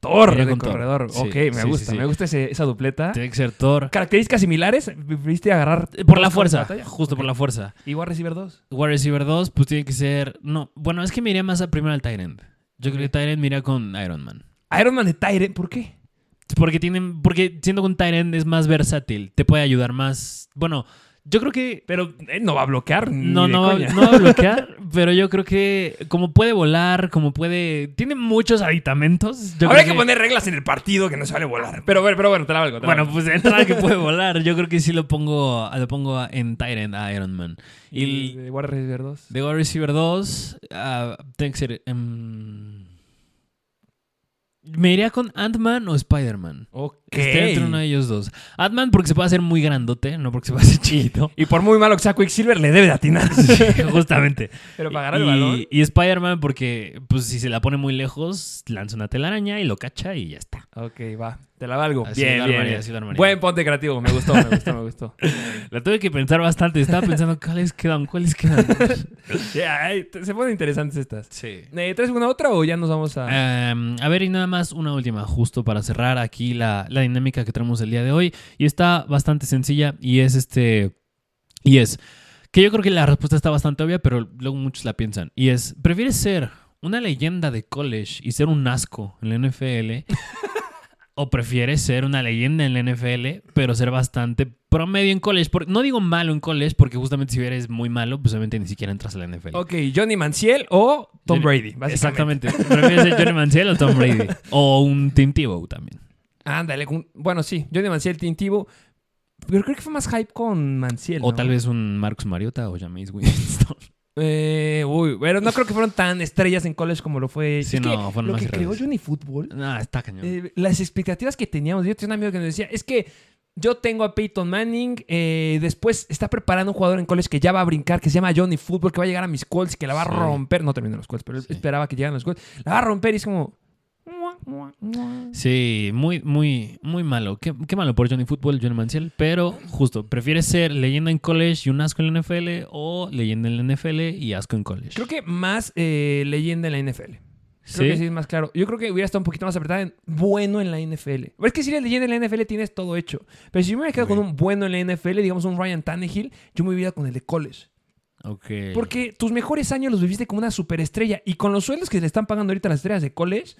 Speaker 3: Thor
Speaker 4: Iría
Speaker 3: de
Speaker 4: con Thor.
Speaker 3: corredor.
Speaker 4: Sí,
Speaker 3: ok, me
Speaker 4: sí,
Speaker 3: gusta.
Speaker 4: sí, sí.
Speaker 3: Me gusta ese- esa dupleta.
Speaker 4: Tiene que ser Thor.
Speaker 3: Características similares. ¿Viste agarrar
Speaker 4: Eh, Por la
Speaker 3: dos campos de
Speaker 4: fuerza.
Speaker 3: batalla?
Speaker 4: Justo por
Speaker 3: Ok.
Speaker 4: la fuerza.
Speaker 3: Y wide receiver 2.
Speaker 4: Wide receiver 2, pues tiene que ser. No, bueno, es que me iría más a primero al tight end. Yo creo que tight end me iría con Iron Man.
Speaker 3: Iron Man de Tyrant. ¿Por qué?
Speaker 4: Porque tienen. Porque siendo con tight end es más versátil. Te puede ayudar más. Bueno, yo creo que.
Speaker 3: Pero él no va a bloquear.
Speaker 4: No, no, va- no va a bloquear, pero yo creo que como puede volar, como puede... Tiene muchos aditamentos. yo
Speaker 3: Habría que
Speaker 4: creo
Speaker 3: poner reglas en el partido que no se vale volar. Pero, bueno, pero bueno, te la valgo. te la
Speaker 4: Bueno,
Speaker 3: valgo.
Speaker 4: pues de entrada que puede volar. Yo creo que sí lo pongo, lo pongo en Tyrant a Iron Man.
Speaker 3: Y
Speaker 4: Y
Speaker 3: de wide receiver 2.
Speaker 4: de wide receiver 2, ah, tiene que ser... em, ¿Me iría con Ant-Man o Spider-Man?
Speaker 3: Ok.
Speaker 4: Estoy entre uno de ellos dos. Ant-Man porque se puede hacer muy grandote, no porque se puede hacer chiquito.
Speaker 3: Y por muy malo que sea Quicksilver, le debe de atinar.
Speaker 4: Justamente.
Speaker 3: Pero para agarrar el
Speaker 4: y,
Speaker 3: balón.
Speaker 4: Y Spider-Man, porque pues si se la pone muy lejos, lanza una telaraña y lo cacha y ya está.
Speaker 3: Ok, va. Te la valgo.
Speaker 4: Así
Speaker 3: bien,
Speaker 4: lo
Speaker 3: bien,
Speaker 4: armaría,
Speaker 3: bien.
Speaker 4: así lo armaría.
Speaker 3: Buen ponte creativo. Me gustó, me gustó, me gustó.
Speaker 4: La tuve que pensar bastante. Estaba pensando cuáles quedan, cuáles quedan.
Speaker 3: Yeah, ay, te- se ponen interesantes estas.
Speaker 4: sí.
Speaker 3: Eh, ¿Traes alguna otra o ya nos vamos a...?
Speaker 4: Em, a ver, y nada más una última, justo para cerrar aquí la, la dinámica que tenemos el día de hoy. Y está bastante sencilla y es este. Y es. Que yo creo que la respuesta está bastante obvia, pero luego muchos la piensan. Y es: ¿prefieres ser una leyenda de college y ser un asco en la NFL? ¿O prefieres ser una leyenda en la NFL, pero ser bastante promedio en college? Por- no digo malo en college, porque justamente si eres muy malo, pues obviamente ni siquiera entras a la NFL.
Speaker 3: Ok, Johnny Manciel o Tom
Speaker 4: Johnny-
Speaker 3: Brady, básicamente.
Speaker 4: Exactamente. ¿Prefieres ser Johnny Manziel o Tom Brady? O un Tim Tebow también.
Speaker 3: Ándale, un- bueno, sí, Johnny Manciel, Tintivo. Pero creo que fue más hype con Manciel.
Speaker 4: O
Speaker 3: ¿no?
Speaker 4: tal vez un Marcus Mariota o Jameis Winston.
Speaker 3: Eh, uy, pero no creo que fueron tan estrellas en college como lo fue.
Speaker 4: Sí,
Speaker 3: Es
Speaker 4: no,
Speaker 3: que
Speaker 4: fueron
Speaker 3: lo
Speaker 4: más
Speaker 3: que creó
Speaker 4: irreales.
Speaker 3: Johnny Football,
Speaker 4: Ah, está cañón.
Speaker 3: eh, las expectativas que teníamos. Yo tenía un amigo que nos decía, es que yo tengo a Peyton Manning, eh, después está preparando un jugador en college que ya va a brincar, que se llama Johnny Football, que va a llegar a mis Colts, que la va
Speaker 4: Sí.
Speaker 3: a romper. No terminó los Colts, pero él
Speaker 4: Sí.
Speaker 3: esperaba que llegaran los Colts. La va a romper y es como... "Mua, mua, mua".
Speaker 4: Sí, muy, muy, muy malo. Qué, qué malo por Johnny Football, Johnny Manziel. Pero justo, ¿prefieres ser leyenda en college y un asco en la NFL o leyenda en la NFL y asco en college?
Speaker 3: Creo que más eh, leyenda en la NFL. Creo
Speaker 4: Sí.
Speaker 3: que sí es más claro. Yo creo que hubiera estado un poquito más apretada en bueno en la NFL. Pero es que si eres leyenda en la NFL tienes todo hecho. Pero si yo me hubiera quedado con un bueno en la NFL, digamos un Ryan Tannehill, yo me hubiera ido con el de college.
Speaker 4: Ok.
Speaker 3: Porque tus mejores años los viviste como una superestrella. Y con los sueldos que le están pagando ahorita a las estrellas de college,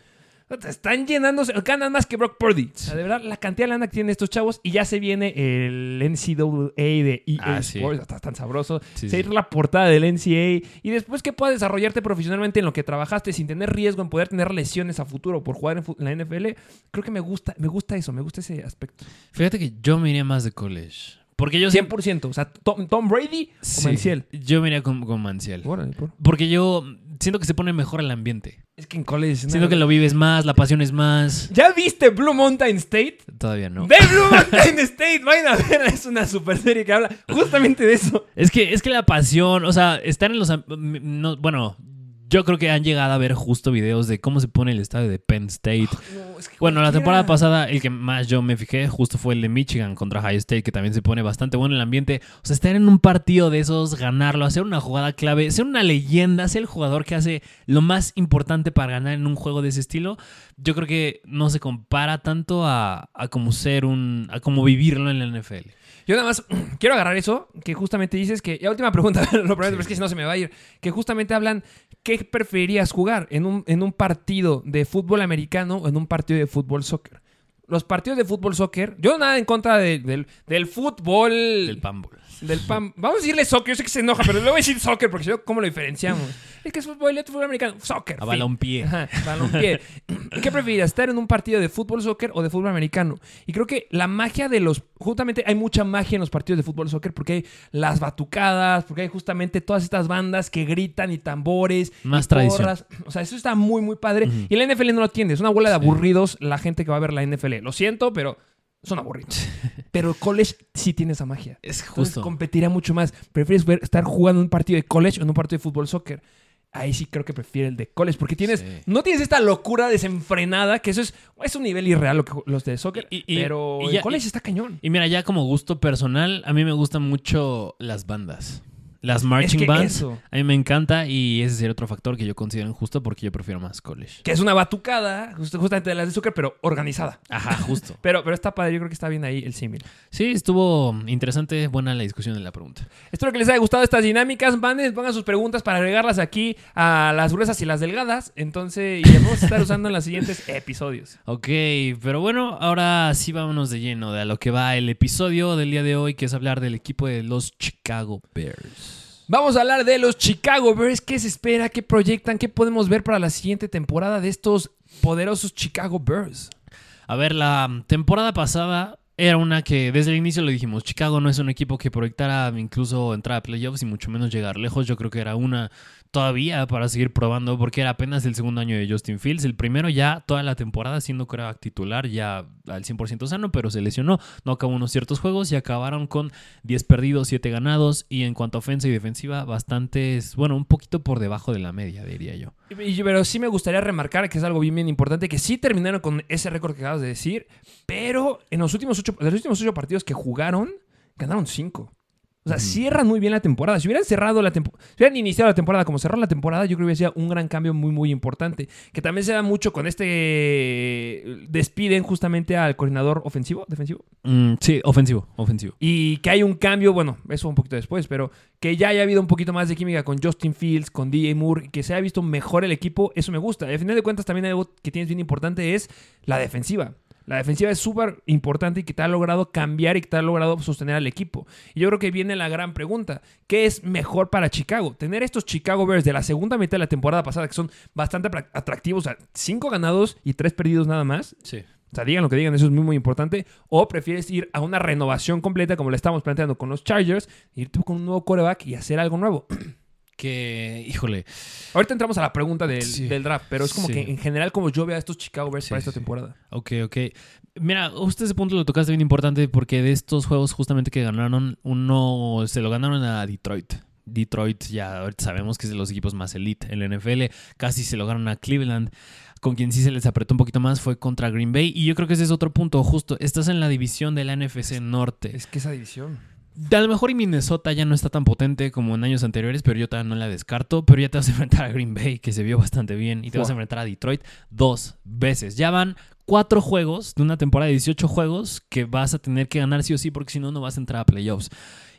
Speaker 3: te están llenándose. Ganan más que Brock Purdy. O sea, de verdad, la cantidad de lana que tienen estos chavos. Y ya se viene el NCAA de EA
Speaker 4: Ah, sí.
Speaker 3: Sports. Está tan sabroso.
Speaker 4: Sí,
Speaker 3: se
Speaker 4: sí.
Speaker 3: ir la portada del NCAA. Y después que puedas desarrollarte profesionalmente en lo que trabajaste sin tener riesgo en poder tener lesiones a futuro por jugar en fu- en la NFL. Creo que me gusta, me gusta eso. Me gusta ese aspecto.
Speaker 4: Fíjate que yo me iría más de college. Porque yo
Speaker 3: 100%. O sea, Tom, Tom Brady o Manciel.
Speaker 4: Yo me iría con, con Manciel.
Speaker 3: Órale, por-
Speaker 4: Porque yo siento que se pone mejor el ambiente.
Speaker 3: Es que en college. no.
Speaker 4: Siento que lo vives más, la pasión es más.
Speaker 3: ¿Ya viste Blue Mountain State?
Speaker 4: Todavía no.
Speaker 3: De Blue Mountain State, vayan a ver, es una super serie que habla justamente de eso.
Speaker 4: Es que, es que la pasión, o sea, están en los... am- no, bueno, yo creo que han llegado a ver justo videos de cómo se pone el estadio de Penn State.
Speaker 3: Ah,
Speaker 4: bueno, la temporada pasada el que más yo me fijé justo fue el de Michigan contra High State, que también se pone bastante bueno el ambiente. O sea, estar en un partido de esos, ganarlo, hacer una jugada clave, ser una leyenda, ser el jugador que hace lo más importante para ganar en un juego de ese estilo, yo creo que no se compara tanto a, a como ser un... a como vivirlo en la NFL.
Speaker 3: Yo nada más quiero agarrar eso que justamente dices que. La última pregunta, lo prometo, pero es que si no se me va a ir. Que justamente hablan, ¿qué preferirías jugar en un, en un partido de fútbol americano o en un partido de fútbol soccer? Los partidos de fútbol soccer, yo nada en contra de- del, del fútbol.
Speaker 4: El Pambol.
Speaker 3: Del pan. Vamos a decirle soccer. Yo sé que se enoja, pero le voy a decir soccer porque si no, ¿cómo lo diferenciamos? Es que es fútbol, es fútbol americano. Soccer.
Speaker 4: A
Speaker 3: fin.
Speaker 4: balompié.
Speaker 3: Ajá, balompié. ¿Qué preferirías? ¿Estar en un partido de fútbol soccer o de fútbol americano? Y creo que la magia de los. Justamente hay mucha magia en los partidos de fútbol soccer porque hay las batucadas, porque hay justamente todas estas bandas que gritan y tambores.
Speaker 4: Más
Speaker 3: y
Speaker 4: tradición.
Speaker 3: porras. O sea, eso está muy, muy padre. Y la NFL no lo tiene. Es una bola de aburridos la gente que va a ver la NFL. Lo siento, pero. Son aburridos. Pero el college sí tiene esa magia.
Speaker 4: Es
Speaker 3: Entonces,
Speaker 4: justo.
Speaker 3: competirá mucho más. ¿Prefieres ver- estar jugando un partido de college o en un partido de fútbol soccer? Ahí sí creo que prefiero el de college, porque tienes,
Speaker 4: Sí.
Speaker 3: no tienes esta locura desenfrenada, que eso es, es un nivel irreal lo que ju- los de soccer,
Speaker 4: Y- y-
Speaker 3: pero
Speaker 4: y
Speaker 3: el
Speaker 4: ya-
Speaker 3: college
Speaker 4: y-
Speaker 3: está cañón.
Speaker 4: Y mira, ya como gusto personal, a mí me gustan mucho las bandas. Las marching
Speaker 3: que
Speaker 4: bands.
Speaker 3: eso.
Speaker 4: A mí me encanta y ese sería otro factor que yo considero injusto porque yo prefiero más college.
Speaker 3: Que es una batucada, just- justamente de las de soccer, pero organizada.
Speaker 4: Ajá, justo.
Speaker 3: Pero, pero está padre, yo creo que está bien ahí el símil.
Speaker 4: Sí, estuvo interesante, buena la discusión de la pregunta.
Speaker 3: Espero que les haya gustado estas dinámicas. Manden, pongan sus preguntas para agregarlas aquí a las gruesas y las delgadas. Entonces, y las vamos a estar usando en los siguientes episodios.
Speaker 4: Ok, pero bueno, ahora sí vámonos de lleno de a lo que va el episodio del día de hoy, que es hablar del equipo de los Chicago Bears.
Speaker 3: Vamos a hablar de los Chicago Bears. ¿Qué se espera? ¿Qué proyectan? ¿Qué podemos ver para la siguiente temporada de estos poderosos Chicago Bears?
Speaker 4: A ver, la temporada pasada era una que desde el inicio lo dijimos, Chicago no es un equipo que proyectara incluso entrar a playoffs y mucho menos llegar lejos. Yo creo que era una todavía para seguir probando porque era apenas el segundo año de Justin Fields. El primero ya toda la temporada siendo coreback titular ya al 100% sano, pero se lesionó. No acabó unos ciertos juegos y acabaron con 10 perdidos, 7 ganados y en cuanto a ofensa y defensiva bastantes, bueno, un poquito por debajo de la media, diría yo.
Speaker 3: Y- Pero sí me gustaría remarcar que es algo bien, bien importante, que sí terminaron con ese récord que acabas de decir, pero en los últimos ocho, de los últimos ocho partidos que jugaron, ganaron cinco. O sea, cierran muy bien la temporada. Si hubieran cerrado la temporada, si hubieran iniciado la temporada como cerró la temporada, yo creo que hubiera sido un gran cambio muy, muy importante. Que también se da mucho con este. Despiden justamente al coordinador ofensivo, defensivo.
Speaker 4: Mm, sí, ofensivo, ofensivo.
Speaker 3: Y que hay un cambio, bueno, eso un poquito después, pero que ya haya habido un poquito más de química con Justin Fields, con DJ Moore, que se haya visto mejor el equipo, eso me gusta. Y al final de cuentas, también algo que tienes bien importante es la defensiva. La defensiva es súper importante y que te ha logrado cambiar y que te ha logrado sostener al equipo. Y yo creo que viene la gran pregunta: ¿qué es mejor para Chicago? Tener estos Chicago Bears de la segunda mitad de la temporada pasada, que son bastante apra- atractivos, o sea, cinco ganados y tres perdidos nada más,
Speaker 4: Sí.
Speaker 3: o sea, digan lo que digan, eso es muy, muy importante. O prefieres ir a una renovación completa, como la estamos planteando con los Chargers, irte con un nuevo coreback y hacer algo nuevo.
Speaker 4: Que, híjole,
Speaker 3: Ahorita entramos a la pregunta del,
Speaker 4: Sí.
Speaker 3: del draft, pero es como
Speaker 4: Sí.
Speaker 3: que en general, como yo veo a estos Chicago Bears para esta temporada.
Speaker 4: Ok, ok. Mira, justo ese punto lo tocaste bien importante porque de estos juegos justamente que ganaron, uno se lo ganaron a Detroit. Detroit ya ahorita sabemos que es de los equipos más elite en la NFL. Casi se lo ganaron a Cleveland. Con quien sí se les apretó un poquito más fue contra Green Bay. Y yo creo que ese es otro punto. Justo, estás en la división de la NFC Norte.
Speaker 3: Es que esa división.
Speaker 4: A lo mejor y Minnesota ya no está tan potente como en años anteriores, pero yo todavía no la descarto. Pero ya te vas a enfrentar a Green Bay, que se vio bastante bien, y te vas a
Speaker 3: Fua.
Speaker 4: enfrentar a Detroit dos veces. Ya van cuatro juegos de una temporada de 18 juegos que vas a tener que ganar sí o sí, porque si no, no vas a entrar a playoffs.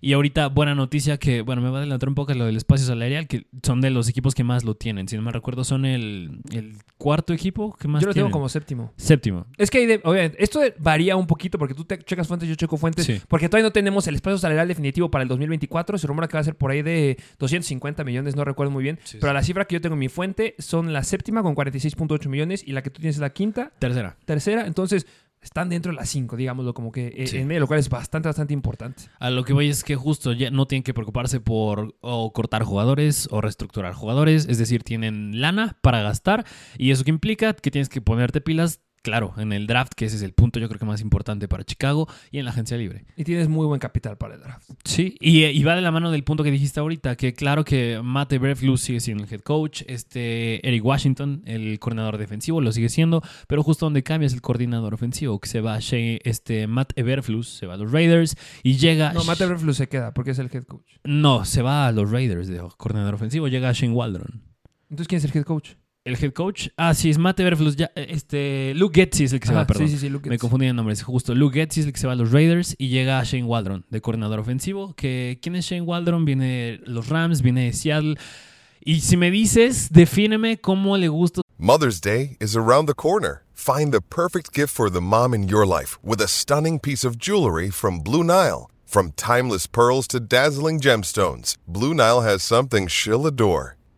Speaker 4: Y ahorita, buena noticia que, bueno, me va a adelantar un poco lo del espacio salarial, que son de los equipos que más lo tienen. Si no me recuerdo, son el, el cuarto equipo que más
Speaker 3: Yo lo tengo
Speaker 4: tienen.
Speaker 3: como séptimo.
Speaker 4: séptimo.
Speaker 3: Es que hay de- obviamente, esto de- varía un poquito porque tú te checas fuentes, yo checo fuentes,
Speaker 4: Sí.
Speaker 3: porque todavía no tenemos el espacio salarial definitivo para el 2024. Se rumora que va a ser por ahí de 250 millones, no recuerdo muy bien. pero la cifra que yo tengo en mi fuente son la séptima con 46.8 millones y la que tú tienes es la quinta
Speaker 4: Tercera.
Speaker 3: tercera. Entonces, están dentro de las cinco, digámoslo, como que eh,
Speaker 4: Sí.
Speaker 3: en medio, lo cual es bastante, bastante importante.
Speaker 4: A lo que voy es que justo ya no tienen que preocuparse por o cortar jugadores o reestructurar jugadores, es decir, tienen lana para gastar y eso que implica que tienes que ponerte pilas, claro, en el draft, que ese es el punto yo creo que más importante para Chicago y en la agencia libre.
Speaker 3: Y tienes muy buen capital para el draft.
Speaker 4: Sí, y, eh, y va de la mano del punto que dijiste ahorita, que claro que Matt Eberflus sigue siendo el head coach, este Eric Washington, el coordinador defensivo, lo sigue siendo, pero justo donde cambia es el coordinador ofensivo, que se va Shea- este Matt Eberflus, se va a los Raiders y llega...
Speaker 3: No, Matt Everflux se queda porque es el head coach.
Speaker 4: No, se va a los Raiders de coordinador ofensivo, llega Shane Waldron.
Speaker 3: Entonces, ¿quién es el head coach?
Speaker 4: El head coach, ah, sí, es Matt Eberflus, ya, eh, este, Luke Getsy es el que se
Speaker 3: Ajá,
Speaker 4: va, perdón.
Speaker 3: Ah, Sí, sí, sí, Luke
Speaker 4: Me
Speaker 3: Getz.
Speaker 4: confundí de nombres, justo. Luke Getz es el que se va a los Raiders y llega Shane Waldron de coordinador ofensivo. Que, ¿Quién es Shane Waldron? Viene de los Rams, viene de Seattle. Y si me dices, defíneme cómo le gusta
Speaker 5: Mother's Day is around the corner. Find the perfect gift for the mom in your life with a stunning piece of jewelry from Blue Nile. From timeless pearls to dazzling gemstones, Blue Nile has something she'll adore.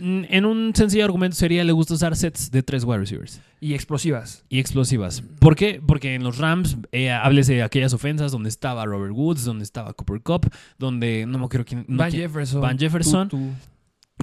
Speaker 4: Mm, En un sencillo argumento sería, le gusta usar sets de tres wide receivers.
Speaker 3: Y explosivas.
Speaker 4: y explosivas. ¿Por qué? Porque en los Rams, eh, háblese de aquellas ofensas donde estaba Robert Woods, donde estaba Cooper Cup, donde no me creo quién. no
Speaker 3: Van
Speaker 4: quién-
Speaker 3: Jefferson.
Speaker 4: Van Jefferson.
Speaker 3: Tutu.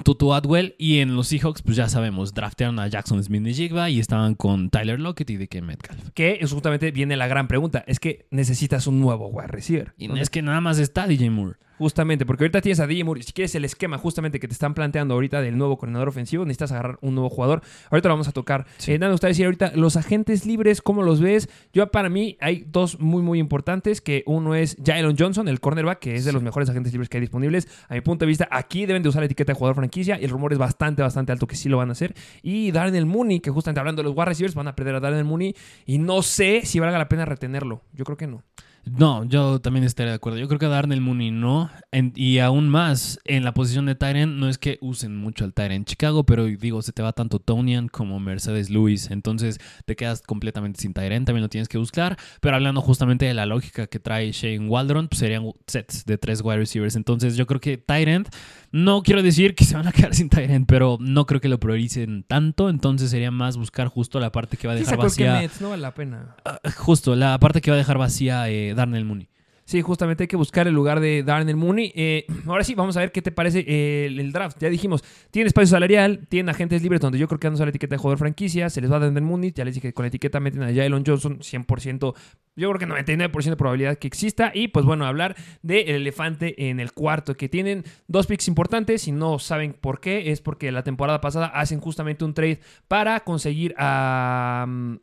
Speaker 4: Tutu Atwell. Y en los Seahawks, pues ya sabemos, draftearon a Jackson Smith y y estaban con Tyler Lockett y DK Metcalf.
Speaker 3: Que es justamente viene la gran pregunta. Es que necesitas un nuevo wide receiver.
Speaker 4: Y no
Speaker 3: Entonces,
Speaker 4: es que nada más está DJ Moore.
Speaker 3: Justamente, porque ahorita tienes a DJ Moore. y Si quieres el esquema justamente que te están planteando ahorita del nuevo coordinador ofensivo, necesitas agarrar un nuevo jugador. Ahorita lo vamos a tocar.
Speaker 4: Sí.
Speaker 3: Eh, nada, me gustaría decir ahorita los agentes libres, ¿cómo los ves? Yo para mí hay dos muy, muy importantes, que uno es Jalen Johnson, el cornerback, que es de los mejores agentes libres que hay disponibles. A mi punto de vista, aquí deben de usar la etiqueta de jugador franquicia. El rumor es bastante, bastante alto que sí lo van a hacer. Y Darnell Mooney, que justamente hablando de los wide receivers, van a perder a Darnell Mooney. Y no sé si valga la pena retenerlo. Yo creo que no.
Speaker 4: No, yo también estaría de acuerdo. Yo creo que a Darnell Mooney no. En- y aún más, en la posición de Tyrant, no es que usen mucho al Tyrant en Chicago, pero digo, se te va tanto Tonian como Mercedes Lewis. Entonces te quedas completamente sin Tyrant, también lo tienes que buscar. Pero hablando justamente de la lógica que trae Shane Waldron, pues serían sets de tres wide receivers. Entonces yo creo que Tyrant, no quiero decir que se van a quedar sin Tyrant, pero no creo que lo prioricen tanto. Entonces sería más buscar justo la parte que va a
Speaker 3: Sí,
Speaker 4: dejar
Speaker 3: sacó el
Speaker 4: vacía.
Speaker 3: Kenneth, no vale la pena.
Speaker 4: Ah, Justo, la parte que va a dejar vacía eh, Darnell Mooney.
Speaker 3: Sí, justamente hay que buscar el lugar de Darnell Mooney. Eh, ahora sí, vamos a ver qué te parece eh, el, el draft. Ya dijimos, tiene espacio salarial, tiene agentes libres donde yo creo que han usado la etiqueta de jugador franquicia, se les va a Darnell Mooney, ya les dije que con la etiqueta meten a Jalen Johnson 100%, yo creo que 99% de probabilidad que exista. Y pues bueno, hablar del elefante en el cuarto, que tienen dos picks importantes, si no saben por qué, es porque la temporada pasada hacen justamente un trade para conseguir a... mm,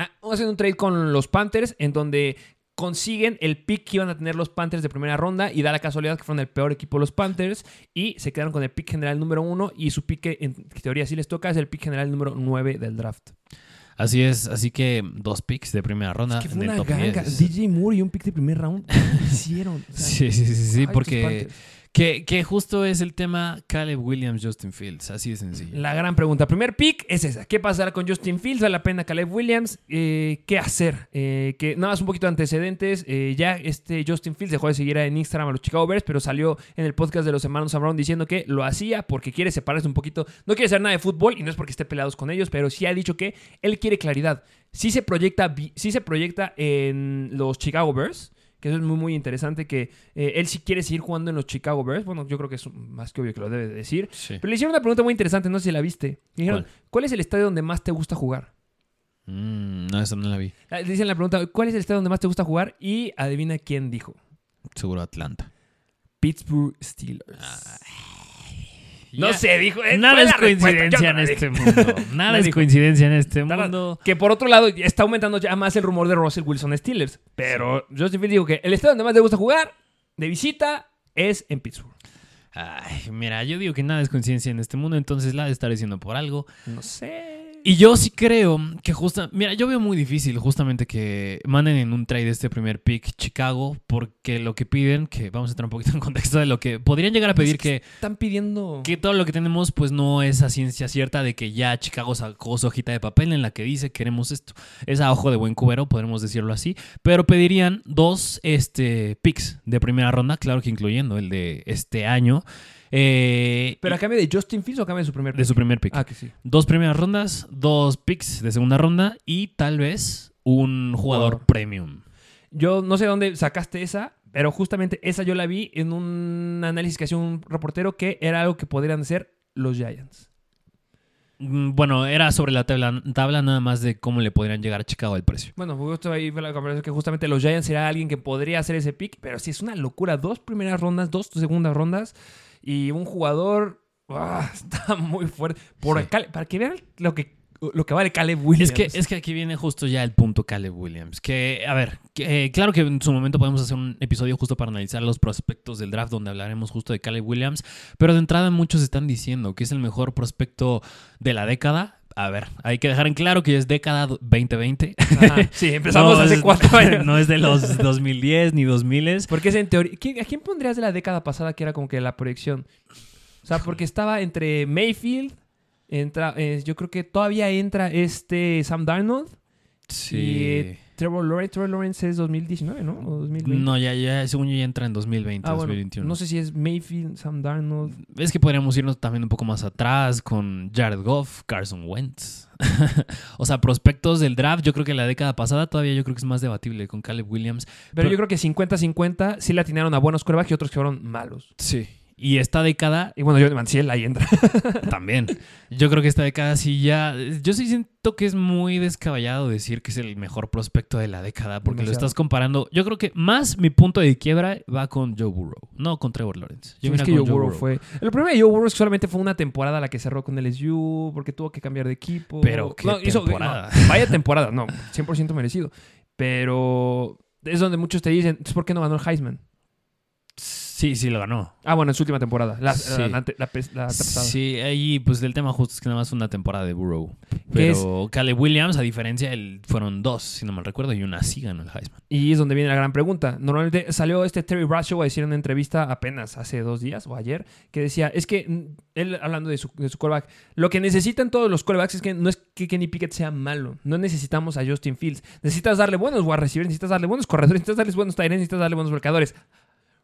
Speaker 3: Ah, hacen un trade con los Panthers en donde consiguen el pick que iban a tener los Panthers de primera ronda y da la casualidad que fueron el peor equipo los Panthers y se quedaron con el pick general número uno y su pick que en teoría sí les toca es el pick general número 9 del draft.
Speaker 4: Así es, así que dos picks de primera ronda Ah, en el top 10.
Speaker 3: DJ Moore y un pick de primer round. ¿Qué hicieron? O sea,
Speaker 4: Sí, sí, sí, sí,
Speaker 3: ay, tus
Speaker 4: porque
Speaker 3: Panthers.
Speaker 4: que, que justo es el tema Caleb Williams, Justin Fields, así de sencillo.
Speaker 3: La gran pregunta. Primer pick es esa. ¿Qué pasará con Justin Fields? ¿Vale la pena Caleb Williams? Eh, ¿Qué hacer? Eh, que, nada más un poquito de antecedentes. Eh, ya este Justin Fields dejó de seguir en Instagram a los Chicago Bears, pero salió en el podcast de los hermanos Sam Brown diciendo que lo hacía porque quiere separarse un poquito. No quiere hacer nada de fútbol y no es porque esté peleados con ellos, pero sí ha dicho que él quiere claridad. Sí se proyecta, vi- sí se proyecta en los Chicago Bears. Que eso es muy, muy interesante. Que eh, él sí quiere seguir jugando en los Chicago Bears. Bueno, yo creo que es más que obvio que lo debe de decir.
Speaker 4: Sí.
Speaker 3: Pero le hicieron una pregunta muy interesante, no sé si la viste. Le dijeron, ¿cuál,
Speaker 4: ¿Cuál?
Speaker 3: es el estadio donde más te gusta jugar? Ah,
Speaker 4: Mm, no, esa no la vi.
Speaker 3: Le dicen la pregunta, ¿cuál es el estadio donde más te gusta jugar? Y adivina quién dijo.
Speaker 4: Seguro Atlanta.
Speaker 3: Pittsburgh Steelers. no
Speaker 4: Ah, Ya.
Speaker 3: sé, dijo. eh,
Speaker 4: Nada
Speaker 3: fue la
Speaker 4: es
Speaker 3: respuesta,
Speaker 4: coincidencia
Speaker 3: yo
Speaker 4: en
Speaker 3: no la dije.
Speaker 4: este mundo. Nada es
Speaker 3: dijo.
Speaker 4: coincidencia en este
Speaker 3: Nada-
Speaker 4: mundo.
Speaker 3: Que por otro lado, ya está aumentando ya más el rumor de Russell Wilson Steelers. Pero Justin Fields dijo que el estadio donde más te gusta jugar de visita es en Pittsburgh.
Speaker 4: Ay, mira, yo digo que nada es coincidencia en este mundo, entonces la ha de estar diciendo por algo.
Speaker 3: No sé.
Speaker 4: Y yo sí creo que justa, mira, yo veo muy difícil justamente que manden en un trade este primer pick Chicago porque lo que piden, que vamos a entrar un poquito en contexto de lo que podrían llegar a pedir que
Speaker 3: Están pidiendo.
Speaker 4: que todo lo que tenemos pues no es a ciencia cierta de que ya Chicago sacó su hojita de papel en la que dice queremos esto. Es a ojo de buen cubero, podemos decirlo así, pero pedirían dos este, picks de primera ronda, claro que incluyendo el de este año, eh,
Speaker 3: ¿Pero a cambio de Justin Fields o a cambio de su primer
Speaker 4: de su primer pick.
Speaker 3: Ah, que sí.
Speaker 4: Dos primeras rondas, dos picks de segunda ronda y tal vez un jugador
Speaker 3: Jugador.
Speaker 4: premium.
Speaker 3: Yo no sé dónde sacaste esa, pero justamente esa yo la vi en un análisis que hacía un reportero que era algo que podrían hacer los Giants.
Speaker 4: Mm, Bueno, era sobre la tabla, tabla nada más de cómo le podrían llegar a Chicago el precio.
Speaker 3: Bueno, pues, justo ahí fue la conversación que justamente los Giants era alguien que podría hacer ese pick, pero sí es una locura. Dos primeras rondas, dos segundas rondas y un jugador. ah, está muy fuerte. Por Caleb- para que vean lo que, lo que vale Caleb Williams.
Speaker 4: Es que, es que aquí viene justo ya el punto Caleb Williams. Que, a ver, que, eh, claro que en su momento podemos hacer un episodio justo para analizar los prospectos del draft, donde hablaremos justo de Caleb Williams. Pero de entrada muchos están diciendo que es el mejor prospecto de la década. A ver, hay que dejar en claro que es década 2020.
Speaker 3: Ajá, sí, empezamos
Speaker 4: No,
Speaker 3: hace
Speaker 4: es-
Speaker 3: cuatro años.
Speaker 4: No es de los 2010 ni 2000.
Speaker 3: Porque es en teoría. ¿quién- ¿A quién pondrías de la década pasada que era como que la proyección? O sea, porque estaba entre Mayfield, entra, eh, yo creo que todavía entra este Sam Darnold y eh, Trevor Lawrence. Trevor Lawrence es 2019, ¿no? O 2020.
Speaker 4: mm, No, ya, ya, según yo ya entra en 2020,
Speaker 3: Ah, bueno,
Speaker 4: 2021.
Speaker 3: no sé si es Mayfield, Sam Darnold.
Speaker 4: Es que podríamos irnos también un poco más atrás con Jared Goff, Carson Wentz. o sea, prospectos del draft, yo creo que la década pasada todavía yo creo que es más debatible con Caleb Williams.
Speaker 3: Pero yo creo que 50-50 sí le atinaron a buenos corebacks y otros que fueron malos.
Speaker 4: Sí. Y esta década
Speaker 3: Y bueno, Johnny Manziel ahí entra.
Speaker 4: también. Yo creo que esta década sí ya. Yo sí siento que es muy descabellado decir que es el mejor prospecto de la década, porque lo
Speaker 3: Demasiado.
Speaker 4: estás comparando. Yo creo que más mi punto de quiebra va con Joe Burrow, no con Trevor Lawrence. Yo
Speaker 3: Sí, es
Speaker 4: mira
Speaker 3: que
Speaker 4: con
Speaker 3: Joe Burrow fue. El problema de Joe Burrow es que solamente fue una temporada la que cerró con LSU porque tuvo que cambiar de equipo.
Speaker 4: Pero qué
Speaker 3: No, hizo-
Speaker 4: temporada.
Speaker 3: no, vaya temporada, no, 100% merecido. Pero es donde muchos te dicen, "Entonces, ¿por qué no ganó el Heisman?
Speaker 4: Sí, sí lo ganó.
Speaker 3: Ah, bueno, en su última temporada, la, la-
Speaker 4: Sí.
Speaker 3: la- la- la pasada.
Speaker 4: Sí, ahí pues del tema justo es que nada más fue una temporada de Burrow.
Speaker 3: Que
Speaker 4: Pero Caleb Williams, a diferencia, él, fueron dos, si no mal recuerdo, y una sí ganó el Heisman.
Speaker 3: Y es donde viene la gran pregunta. Normalmente salió este Terry Bradshaw a decir en una entrevista apenas hace dos días o ayer que decía, es que mm, él hablando de su, de su quarterback, lo que necesitan todos los quarterbacks es que no es que Kenny Pickett sea malo, no necesitamos a Justin Fields, necesitas darle buenos wide receivers, necesitas darle buenos corredores, necesitas darles buenos tight ends, necesitas darle buenos bloqueadores.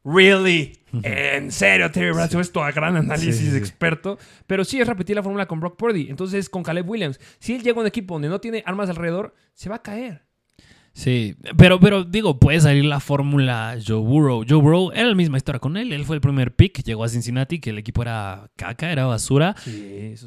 Speaker 3: Really, en serio, Terry Bradshaw es tu gran análisis
Speaker 4: Sí, sí, sí.
Speaker 3: experto, pero sí es repetir la fórmula con Brock Purdy. Entonces, con Caleb Williams, si él llega a un equipo donde no tiene armas alrededor, se va a caer.
Speaker 4: Sí, pero, pero digo, puede salir la fórmula Joe Burrow. Joe Burrow era la misma historia con él. Él fue el primer pick, llegó a Cincinnati, que el equipo era caca, era basura.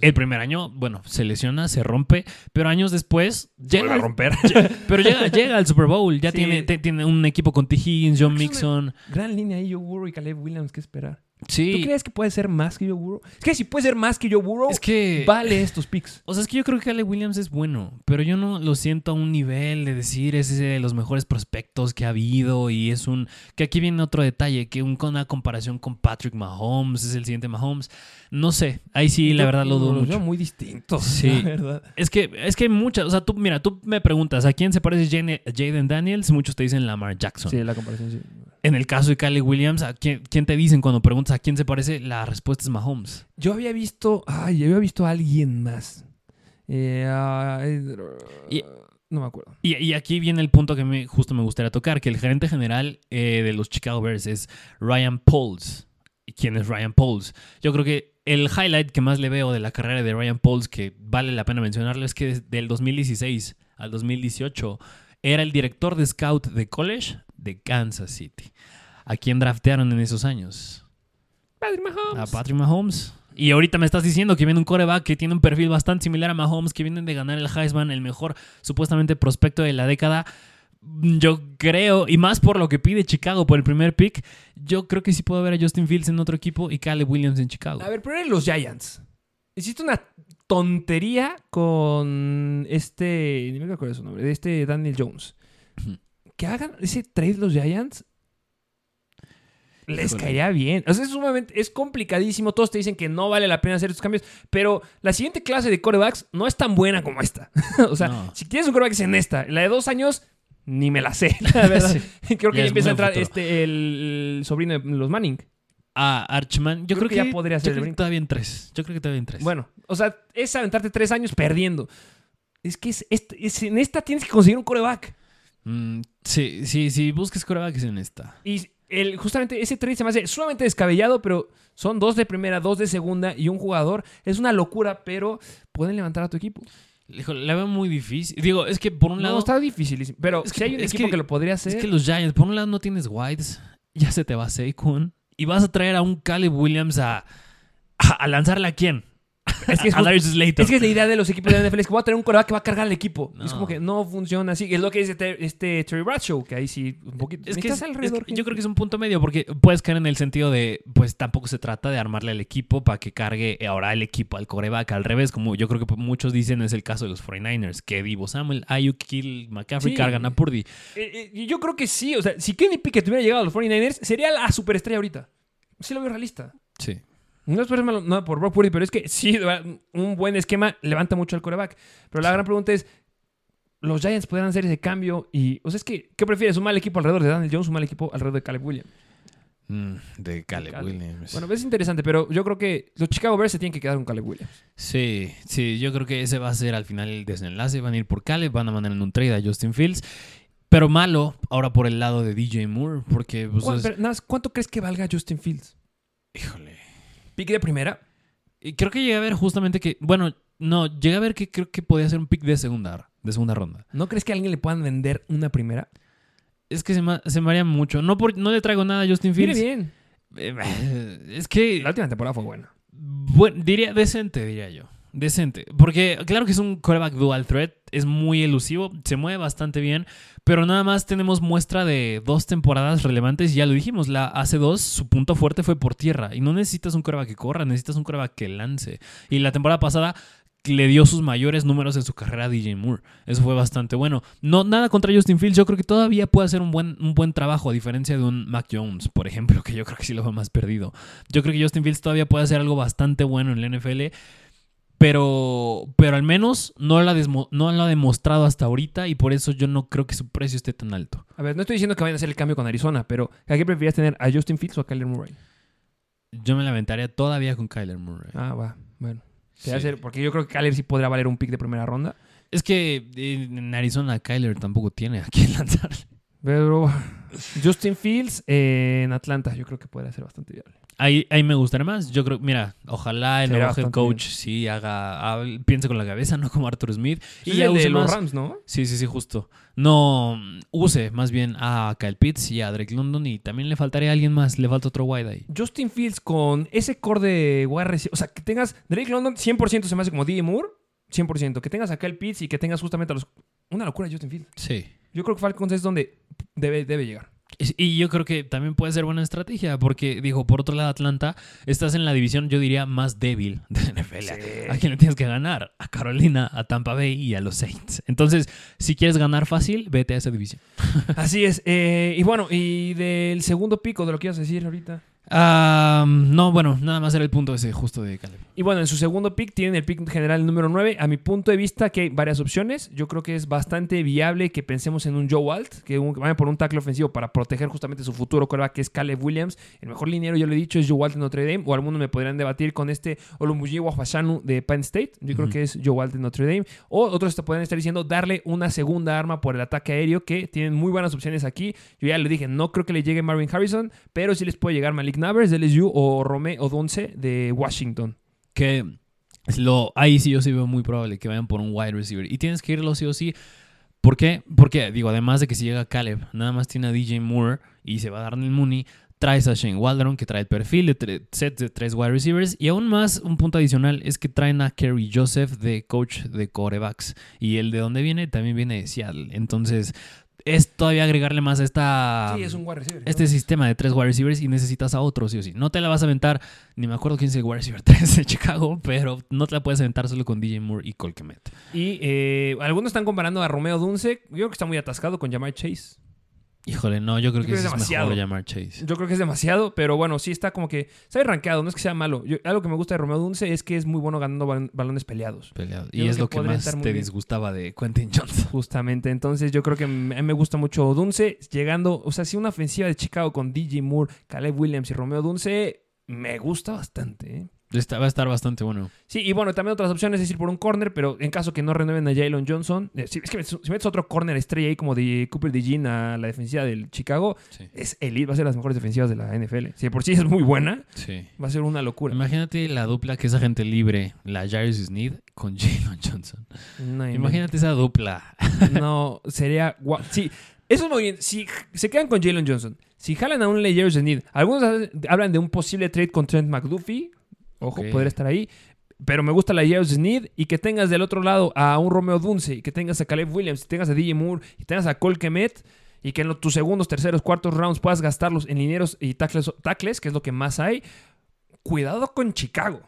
Speaker 4: El primer año, bueno, se lesiona, se rompe, pero años después llega a romper. Pero llega, llega al Super Bowl, ya
Speaker 3: Sí.
Speaker 4: tiene, te- tiene un equipo con T. Higgins, John Mixon.
Speaker 3: Gran línea ahí, Joe Burrow y Caleb Williams, ¿qué esperar? ¿Tú
Speaker 4: Sí.
Speaker 3: crees que puede ser más que Joe Burrow? Es que si puede ser más que Joe Burrow,
Speaker 4: Es que-
Speaker 3: vale estos picks.
Speaker 4: O sea, es que yo creo que Caleb Williams es bueno, pero yo no lo siento a un nivel de decir es ese de los mejores prospectos que ha habido y es un... Que aquí viene otro detalle, que un, con una comparación con Patrick Mahomes, es el siguiente Mahomes. No sé, ahí sí la
Speaker 3: Yo
Speaker 4: verdad lo dudo
Speaker 3: los veo
Speaker 4: mucho.
Speaker 3: muy distintos,
Speaker 4: Sí.
Speaker 3: sí. la verdad.
Speaker 4: Es que, es que hay muchas, o sea, tú, mira, tú me preguntas, ¿a quién se parece Jane- Jaden Daniels? Muchos te dicen Lamar Jackson.
Speaker 3: Sí, la comparación sí.
Speaker 4: En el caso de Caleb Williams, ¿a quién, quién te dicen cuando preguntas a quién se parece? La respuesta es Mahomes.
Speaker 3: Yo había visto... Ay, yo había visto a alguien más. Eh, ah, eh,
Speaker 4: Y-
Speaker 3: no me acuerdo.
Speaker 4: Y, y aquí viene el punto que me, justo me gustaría tocar, que el gerente general eh, de los Chicago Bears es Ryan Poles. ¿Y quién es Ryan Poles? Yo creo que el highlight que más le veo de la carrera de Ryan Poles, que vale la pena mencionarlo, es que desde del 2016 al 2018 era el director de scout de college de Kansas City. ¿A quién draftearon en esos años?
Speaker 3: Patrick Mahomes.
Speaker 4: A Patrick Mahomes. Y ahorita me estás diciendo que viene un coreback que tiene un perfil bastante similar a Mahomes, que vienen de ganar el Heisman, el mejor supuestamente prospecto de la década. Yo creo, y más por lo que pide Chicago por el primer pick, yo creo que sí puedo ver a Justin Fields en otro equipo y Caleb Williams en Chicago.
Speaker 3: A ver, pero eran los Giants. Hiciste una tontería con este. Ni me acuerdo su nombre. de Este Daniel Jones.
Speaker 4: Ujú.
Speaker 3: Que hagan ese trade los Giants. les caería bien. O sea, es sumamente, es complicadísimo. Todos te dicen que no vale la pena hacer estos cambios, pero la siguiente clase de corebacks no es tan buena como esta. o sea,
Speaker 4: No.
Speaker 3: si tienes un coreback es en esta, la de dos años, ni me la sé. La verdad.
Speaker 4: Sí.
Speaker 3: Creo que
Speaker 4: Ya
Speaker 3: ya
Speaker 4: es
Speaker 3: empieza
Speaker 4: muy
Speaker 3: a entrar
Speaker 4: futuro.
Speaker 3: este, el sobrino de los Manning.
Speaker 4: Ah, Archman. Yo creo, que,
Speaker 3: ya podría
Speaker 4: yo
Speaker 3: hacer el
Speaker 4: creo que
Speaker 3: brinco.
Speaker 4: todavía en tres. Yo creo que todavía en tres.
Speaker 3: Bueno, o sea, es aventarte tres años perdiendo. Es que es, es- es- en esta tienes que conseguir un coreback.
Speaker 4: Mm, sí, sí, sí. Busques corebacks en esta.
Speaker 3: Y el, justamente ese trade se me hace sumamente descabellado, pero son dos de primera, dos de segunda y un jugador. Es una locura, pero pueden levantar a tu equipo.
Speaker 4: Híjole, la veo muy difícil. Digo, es que por un
Speaker 3: No,
Speaker 4: lado.
Speaker 3: está dificilísimo. Pero
Speaker 4: Es
Speaker 3: si
Speaker 4: que-
Speaker 3: hay un
Speaker 4: es
Speaker 3: equipo
Speaker 4: que-
Speaker 3: que, lo podría hacer.
Speaker 4: Es que los Giants, por un lado no tienes Whites, ya se te va Saquon, y vas a traer a un Caleb Williams a, a, a lanzarle a quién?
Speaker 3: Es que es
Speaker 4: a
Speaker 3: just-
Speaker 4: Darius Slayton.
Speaker 3: Es que es la idea de los equipos de la NFL, es que voy a tener un coreback que va a cargar al equipo. Y Es
Speaker 4: No.
Speaker 3: como que no funciona así. Es lo que dice Ter- este Terry Bradshaw, que ahí sí un poquito.
Speaker 4: Es que
Speaker 3: Necesitas
Speaker 4: es-
Speaker 3: alrededor
Speaker 4: es que yo
Speaker 3: gente.
Speaker 4: creo que es un punto medio porque puedes caer en el sentido de pues tampoco se trata de armarle al equipo para que cargue eh, ahora el equipo al coreback al revés como yo creo que muchos dicen es el caso de los 49ers que Divo Samuel, Ayuk, Kill, McCaffrey
Speaker 3: Sí.
Speaker 4: cargan a Purdy
Speaker 3: Eh, eh, yo creo que sí. O sea, si Kenny Pickett hubiera llegado a los 49ers, sería la superestrella ahorita. Sí lo veo realista.
Speaker 4: sí
Speaker 3: No es por, malo- no, por Brock Purdy, pero es que sí, de verdad, un buen esquema levanta mucho al coreback. Pero la gran pregunta es, ¿los Giants podrán hacer ese cambio? Y, o sea, es que, ¿qué prefieres? ¿Un mal equipo alrededor de Daniel Jones, un mal equipo alrededor de Caleb Williams?
Speaker 4: Mm. de Caleb,
Speaker 3: Caleb.
Speaker 4: Williams
Speaker 3: Bueno, es interesante, pero yo creo que los Chicago Bears se tienen que quedar con Caleb Williams.
Speaker 4: Sí, sí, yo creo que ese va a ser al final el desenlace. Van a ir por Caleb, van a mandar en un trade a Justin Fields. Pero malo, ahora por el lado de DJ Moore, porque pues,
Speaker 3: ¿Cuán-
Speaker 4: es-
Speaker 3: pero nada más, ¿Cuánto crees que valga Justin Fields?
Speaker 4: híjole.
Speaker 3: Pick de primera.
Speaker 4: Y creo que llegué a ver justamente que, bueno, no, llegué a ver que creo que podía ser un pick de segunda, de segunda ronda.
Speaker 3: ¿No crees que a alguien le puedan vender una primera?
Speaker 4: Es que se, ma- se me haría mucho. No, por, no le traigo nada a Justin
Speaker 3: Mire
Speaker 4: Fields.
Speaker 3: bien.
Speaker 4: Eh, Es que
Speaker 3: La última temporada fue buena.
Speaker 4: Buen- diría decente, diría yo. Decente. Porque claro que es un quarterback dual threat, es muy elusivo, se mueve bastante bien, pero nada más tenemos muestra de dos temporadas relevantes, y ya lo dijimos, la hace dos, su punto fuerte fue por tierra, y no necesitas un quarterback que corra, necesitas un quarterback que lance. Y la temporada pasada le dio sus mayores números en su carrera a DJ Moore. Eso fue bastante bueno. No, nada contra Justin Fields, yo creo que todavía puede hacer un buen, un buen trabajo, a diferencia de un Mac Jones, por ejemplo, que yo creo que sí lo va más perdido. Yo creo que Justin Fields todavía puede hacer algo bastante bueno en la NFL. Pero, pero al menos no lo, ha desmo- no lo ha demostrado hasta ahorita y por eso yo no creo que su precio esté tan alto.
Speaker 3: A ver, no estoy diciendo que vayan a hacer el cambio con Arizona, pero ¿a qué preferirías tener? ¿A Justin Fields o a Kyler Murray?
Speaker 4: Yo me lamentaría todavía con Kyler Murray.
Speaker 3: Ah, va. Bueno. Se
Speaker 4: Sí.
Speaker 3: hace- porque yo creo que Kyler sí podrá valer un pick de primera ronda.
Speaker 4: Es que eh, en Arizona Kyler tampoco tiene a quién lanzarle.
Speaker 3: Pero Justin Fields eh, en Atlanta, yo creo que podrá ser bastante viable.
Speaker 4: Ahí, ahí me gustaría más. Yo creo, mira, ojalá el
Speaker 3: Sería
Speaker 4: nuevo head
Speaker 3: bastante
Speaker 4: coach sí haga, hable- piense con la cabeza, no como Arthur Smith. Y
Speaker 3: Es
Speaker 4: ya
Speaker 3: el de
Speaker 4: use
Speaker 3: los
Speaker 4: más-
Speaker 3: Rams, ¿no?
Speaker 4: Sí, sí, sí, justo. No mm, use más bien a Kyle Pitts y a Drake London y también le faltaría a alguien más. Le falta otro wide ahí.
Speaker 3: Justin Fields con ese core de wide receiver, o sea, que tengas Drake London 100% se me hace como DJ Moore, 100%, que tengas acá el Pitts y que tengas justamente a los una locura de Justin Fields.
Speaker 4: Sí.
Speaker 3: Yo creo que Falcons es donde debe, debe llegar.
Speaker 4: Es- Y yo creo que también puede ser buena estrategia, porque, digo, por otro lado, Atlanta, estás en la división, yo diría, más débil de la NFL. ¿A quién le tienes que ganar? A Carolina, a Tampa Bay y a los Saints. Entonces, si quieres ganar fácil, vete a esa división.
Speaker 3: Así es. eh, y bueno, y del segundo pico de lo que ibas a decir ahorita.
Speaker 4: Ah, no, bueno, nada más era el punto ese justo de Caleb.
Speaker 3: Y bueno, en su segundo pick tienen el pick general número 9. A mi punto de vista, que hay varias opciones. Yo creo que es bastante viable que pensemos en un Joe Walt, que un- que vayan por un tackle ofensivo para proteger justamente su futuro coreback, que es Caleb Williams. El mejor liniero, yo lo he dicho, es Joe Walt de Notre Dame. O algunos me podrían debatir con este Olumuyi Wafashanu de Penn State. Yo creo que es Joe Walt de Notre Dame. O otros te podrían estar diciendo darle una segunda arma por el ataque aéreo, que tienen muy buenas opciones aquí. Yo ya le dije, no creo que le llegue Marvin Harrison, pero sí les puede llegar Malik Navers de LSU o Romeo Odonce de Washington.
Speaker 4: que lo, ahí sí yo sí veo muy probable que vayan por un wide receiver. Y tienes que irlo sí o sí. ¿Por qué? Porque, digo, además de que si llega Caleb, nada más tiene a DJ Moore y se va a Darnell Mooney, traes a Shane Waldron, que trae el perfil de tre- set de tres wide receivers. Y aún más, un punto adicional es que traen a Kerry Joseph de coach de corebacks. Y el de dónde viene también viene de Seattle. Entonces, es todavía agregarle más a esta
Speaker 3: Sí, es un wide receiver.
Speaker 4: este sistema de tres wide receivers y necesitas a otro, sí o sí. No te la vas a aventar, ni me acuerdo quién es el wide receiver 3 de Chicago, pero no te la puedes aventar solo con DJ Moore y Colquemet.
Speaker 3: Y eh, algunos están comparando a Romeo Dunce. Yo creo que está muy atascado con Jamar Chase.
Speaker 4: Híjole, no, yo creo
Speaker 3: Yo creo
Speaker 4: que sí
Speaker 3: que
Speaker 4: es
Speaker 3: es demasiado.
Speaker 4: mejor llamar Chase.
Speaker 3: Yo creo que es demasiado, pero bueno, sí está como que. Sabe rankeado, no es que sea malo. Yo- algo que me gusta de Romeo Dunce es que es muy bueno ganando bal- balones peleados.
Speaker 4: Peleado.
Speaker 3: Yo
Speaker 4: Y
Speaker 3: creo
Speaker 4: es
Speaker 3: que
Speaker 4: lo que
Speaker 3: podría
Speaker 4: más
Speaker 3: estar muy
Speaker 4: te
Speaker 3: bien.
Speaker 4: disgustaba de Quentin Johnson.
Speaker 3: Justamente, entonces yo creo que m- a mí me gusta mucho Dunce. Llegando, o sea, si una ofensiva de Chicago con DJ Moore, Caleb Williams y Romeo Dunce, me gusta bastante. ¿eh?
Speaker 4: Está- va a estar bastante bueno.
Speaker 3: Sí, y bueno, también otras opciones es ir por un corner, pero en caso que no renueven a Jalen Johnson, eh, si, es que si metes otro corner estrella ahí como de Cooper DeJean a la defensiva del Chicago,
Speaker 4: Sí.
Speaker 3: es elite, va a ser las mejores defensivas de la NFL. Si de por sí es muy buena,
Speaker 4: Sí.
Speaker 3: va a ser una locura.
Speaker 4: Imagínate la dupla que esa gente libre, la Jairus Sneed con Jalen Johnson.
Speaker 3: No,
Speaker 4: Imagínate esa dupla.
Speaker 3: No, sería guau. Sí, eso es muy bien. Si j- se quedan con Jalen Johnson, si jalan a un Layers de Need, algunos ha- hablan de un posible trade con Trent McDuffie. Ojo,
Speaker 4: Ok.
Speaker 3: podría estar ahí. Pero me gusta la Layers Need y que tengas del otro lado a un Romeo Dunce, y que tengas a Caleb Williams, y tengas a DJ Moore, y tengas a Cole Kemet. Y que en lo- tus segundos, terceros, cuartos rounds puedas gastarlos en lineros y tackles, tackles, que es lo que más hay. Cuidado con Chicago.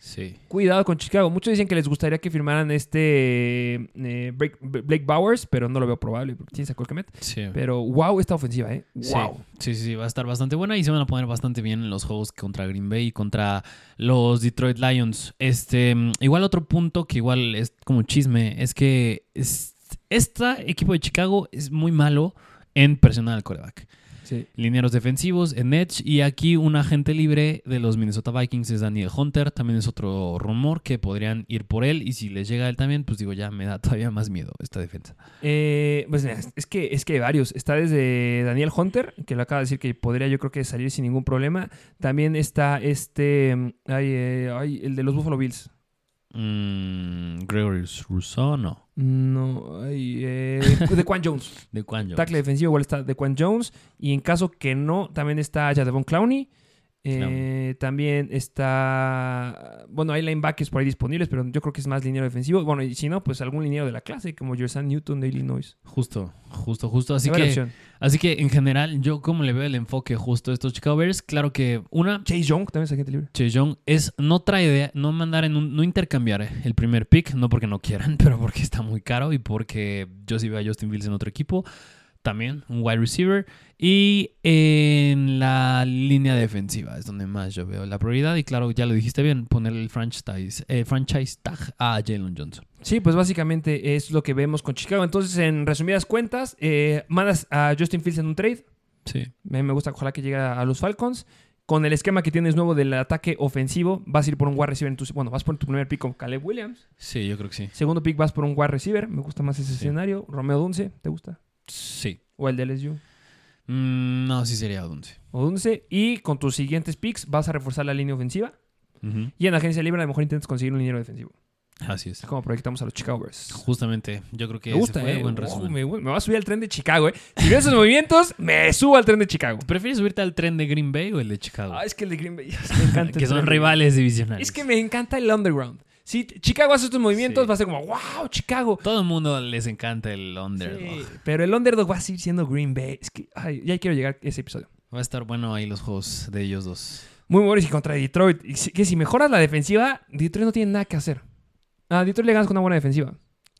Speaker 4: Sí.
Speaker 3: Cuidado con Chicago. Muchos dicen que les gustaría que firmaran este eh, Blake, Blake Bowers, pero no lo veo probable porque tienes a Cole Kmet.
Speaker 4: Sí.
Speaker 3: Pero wow, esta ofensiva, ¿eh?
Speaker 4: Sí,
Speaker 3: Wow.
Speaker 4: Sí, sí, va a estar bastante buena y se van a poner bastante bien en los juegos contra Green Bay y contra los Detroit Lions. Este, mm, igual otro punto que igual es como chisme es que es- este equipo de Chicago es muy malo en presionar al coreback. Lineros defensivos, en Edge y aquí un agente libre de los Minnesota Vikings es Daniel Hunter. También es otro rumor que podrían ir por él y si les llega él también, pues digo, ya me da todavía más miedo esta defensa.
Speaker 3: Eh, pues mira, es que, es que hay varios. Está desde Daniel Hunter, que lo acaba de decir que podría yo creo que salir sin ningún problema. También está este, mm, ay, eh, ay, el de los Buffalo Bills.
Speaker 4: Mm, Gregory Rousseau, no.
Speaker 3: No, ay, eh, de Quan Jones.
Speaker 4: De Quan Jones.
Speaker 3: Tackle defensivo igual está Quan Jones. Y en caso que no, también está Jadevon Clowney. Eh,
Speaker 4: Clowney.
Speaker 3: También está. Bueno, hay linebackers por ahí disponibles, pero yo creo que es más liniero defensivo. Bueno, y si no, pues algún liniero de la clase, como Jersan Newton de Illinois.
Speaker 4: Justo, justo, justo. Así
Speaker 3: Hay varias
Speaker 4: que,
Speaker 3: opciones.
Speaker 4: así que en general, yo como le veo el enfoque justo a estos Chicago Bears, claro que una,
Speaker 3: Chase Young también es agente libre.
Speaker 4: Chejong es no trae idea, no mandar en un, no intercambiar eh, el primer pick, no porque no quieran, pero porque está muy caro y porque yo sí veo a Justin Fields en otro equipo, también un wide receiver. Y en la línea defensiva es donde más yo veo la prioridad. Y claro, ya lo dijiste bien, ponerle el franchise, eh, franchise tag a Jalen Johnson.
Speaker 3: Sí, pues básicamente es lo que vemos con Chicago. Entonces, en resumidas cuentas, eh, mandas a Justin Fields en un trade.
Speaker 4: Sí.
Speaker 3: A mí me gusta, ojalá que llegue a los Falcons. Con el esquema que tienes nuevo del ataque ofensivo, vas a ir por un wide receiver en tu. Bueno, vas por tu primer pick con Caleb Williams.
Speaker 4: Sí, yo creo que sí.
Speaker 3: Segundo pick vas por un wide receiver. Me gusta más ese escenario. Romeo Dunce, ¿te gusta?
Speaker 4: Sí.
Speaker 3: O el de LSU.
Speaker 4: Mm, no, sí sería 11.
Speaker 3: O Dunce. Y con tus siguientes picks vas a reforzar la línea ofensiva. Y en agencia libre a lo mejor intentas conseguir un dinero defensivo.
Speaker 4: Así es.
Speaker 3: Es como proyectamos a los Chicago Bears.
Speaker 4: Justamente, yo creo que
Speaker 3: Me
Speaker 4: ese
Speaker 3: gusta,
Speaker 4: fue
Speaker 3: eh.
Speaker 4: buen
Speaker 3: Ojo,
Speaker 4: resumen.
Speaker 3: me, me va a subir al tren de Chicago, eh. Si veo esos movimientos, me subo al tren de Chicago.
Speaker 4: ¿Prefieres subirte al tren de Green Bay o el de Chicago?
Speaker 3: Ah, es que el de Green Bay. Me encanta el
Speaker 4: que son
Speaker 3: tren de-
Speaker 4: rivales divisionales.
Speaker 3: Es que me encanta el underground. Si Chicago hace estos movimientos,
Speaker 4: Sí.
Speaker 3: va a ser como, wow, Chicago.
Speaker 4: Todo el mundo les encanta el underdog.
Speaker 3: Sí, pero el underdog va a seguir siendo Green Bay. Es que, ay, ya quiero llegar a ese episodio.
Speaker 4: Va a estar bueno ahí los juegos de ellos dos.
Speaker 3: Muy buenos y contra Detroit. Y si- que si mejoras la defensiva, Detroit no tiene nada que hacer. A Detroit le ganas con una buena defensiva.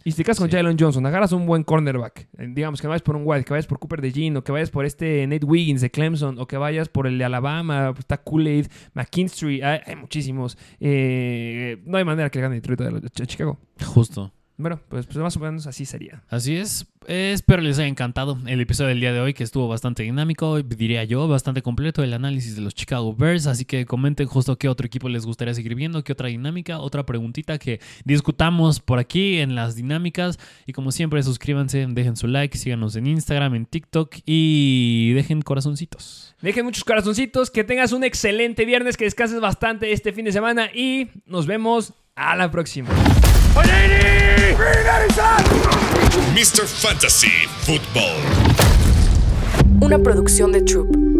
Speaker 3: Y si te quedas con
Speaker 4: Sí.
Speaker 3: Jalen Johnson, agarras un buen cornerback. Eh, Digamos que no vayas por un White, que vayas por Cooper DeJean, o que vayas por este Nate Wiggins de Clemson, o que vayas por el de Alabama, pues, está Kool-Aid, McKinstry, hay, hay muchísimos. Eh, no hay manera que le gane Detroit a, los- a Chicago.
Speaker 4: Justo.
Speaker 3: Bueno, pues, pues más o menos así sería.
Speaker 4: Así es. Eh, espero les haya encantado el episodio del día de hoy, que estuvo bastante dinámico, diría yo, bastante completo el análisis de los Chicago Bears. Así que comenten justo qué otro equipo les gustaría seguir viendo, qué otra dinámica, otra preguntita que discutamos por aquí en las dinámicas. Y como siempre, suscríbanse, dejen su like, síganos en Instagram, en TikTok y dejen corazoncitos.
Speaker 3: Dejen muchos corazoncitos, que tengas un excelente viernes, que descanses bastante este fin de semana y nos vemos a la próxima.
Speaker 2: Mr. Fantasy Football.
Speaker 1: Una producción de Troop.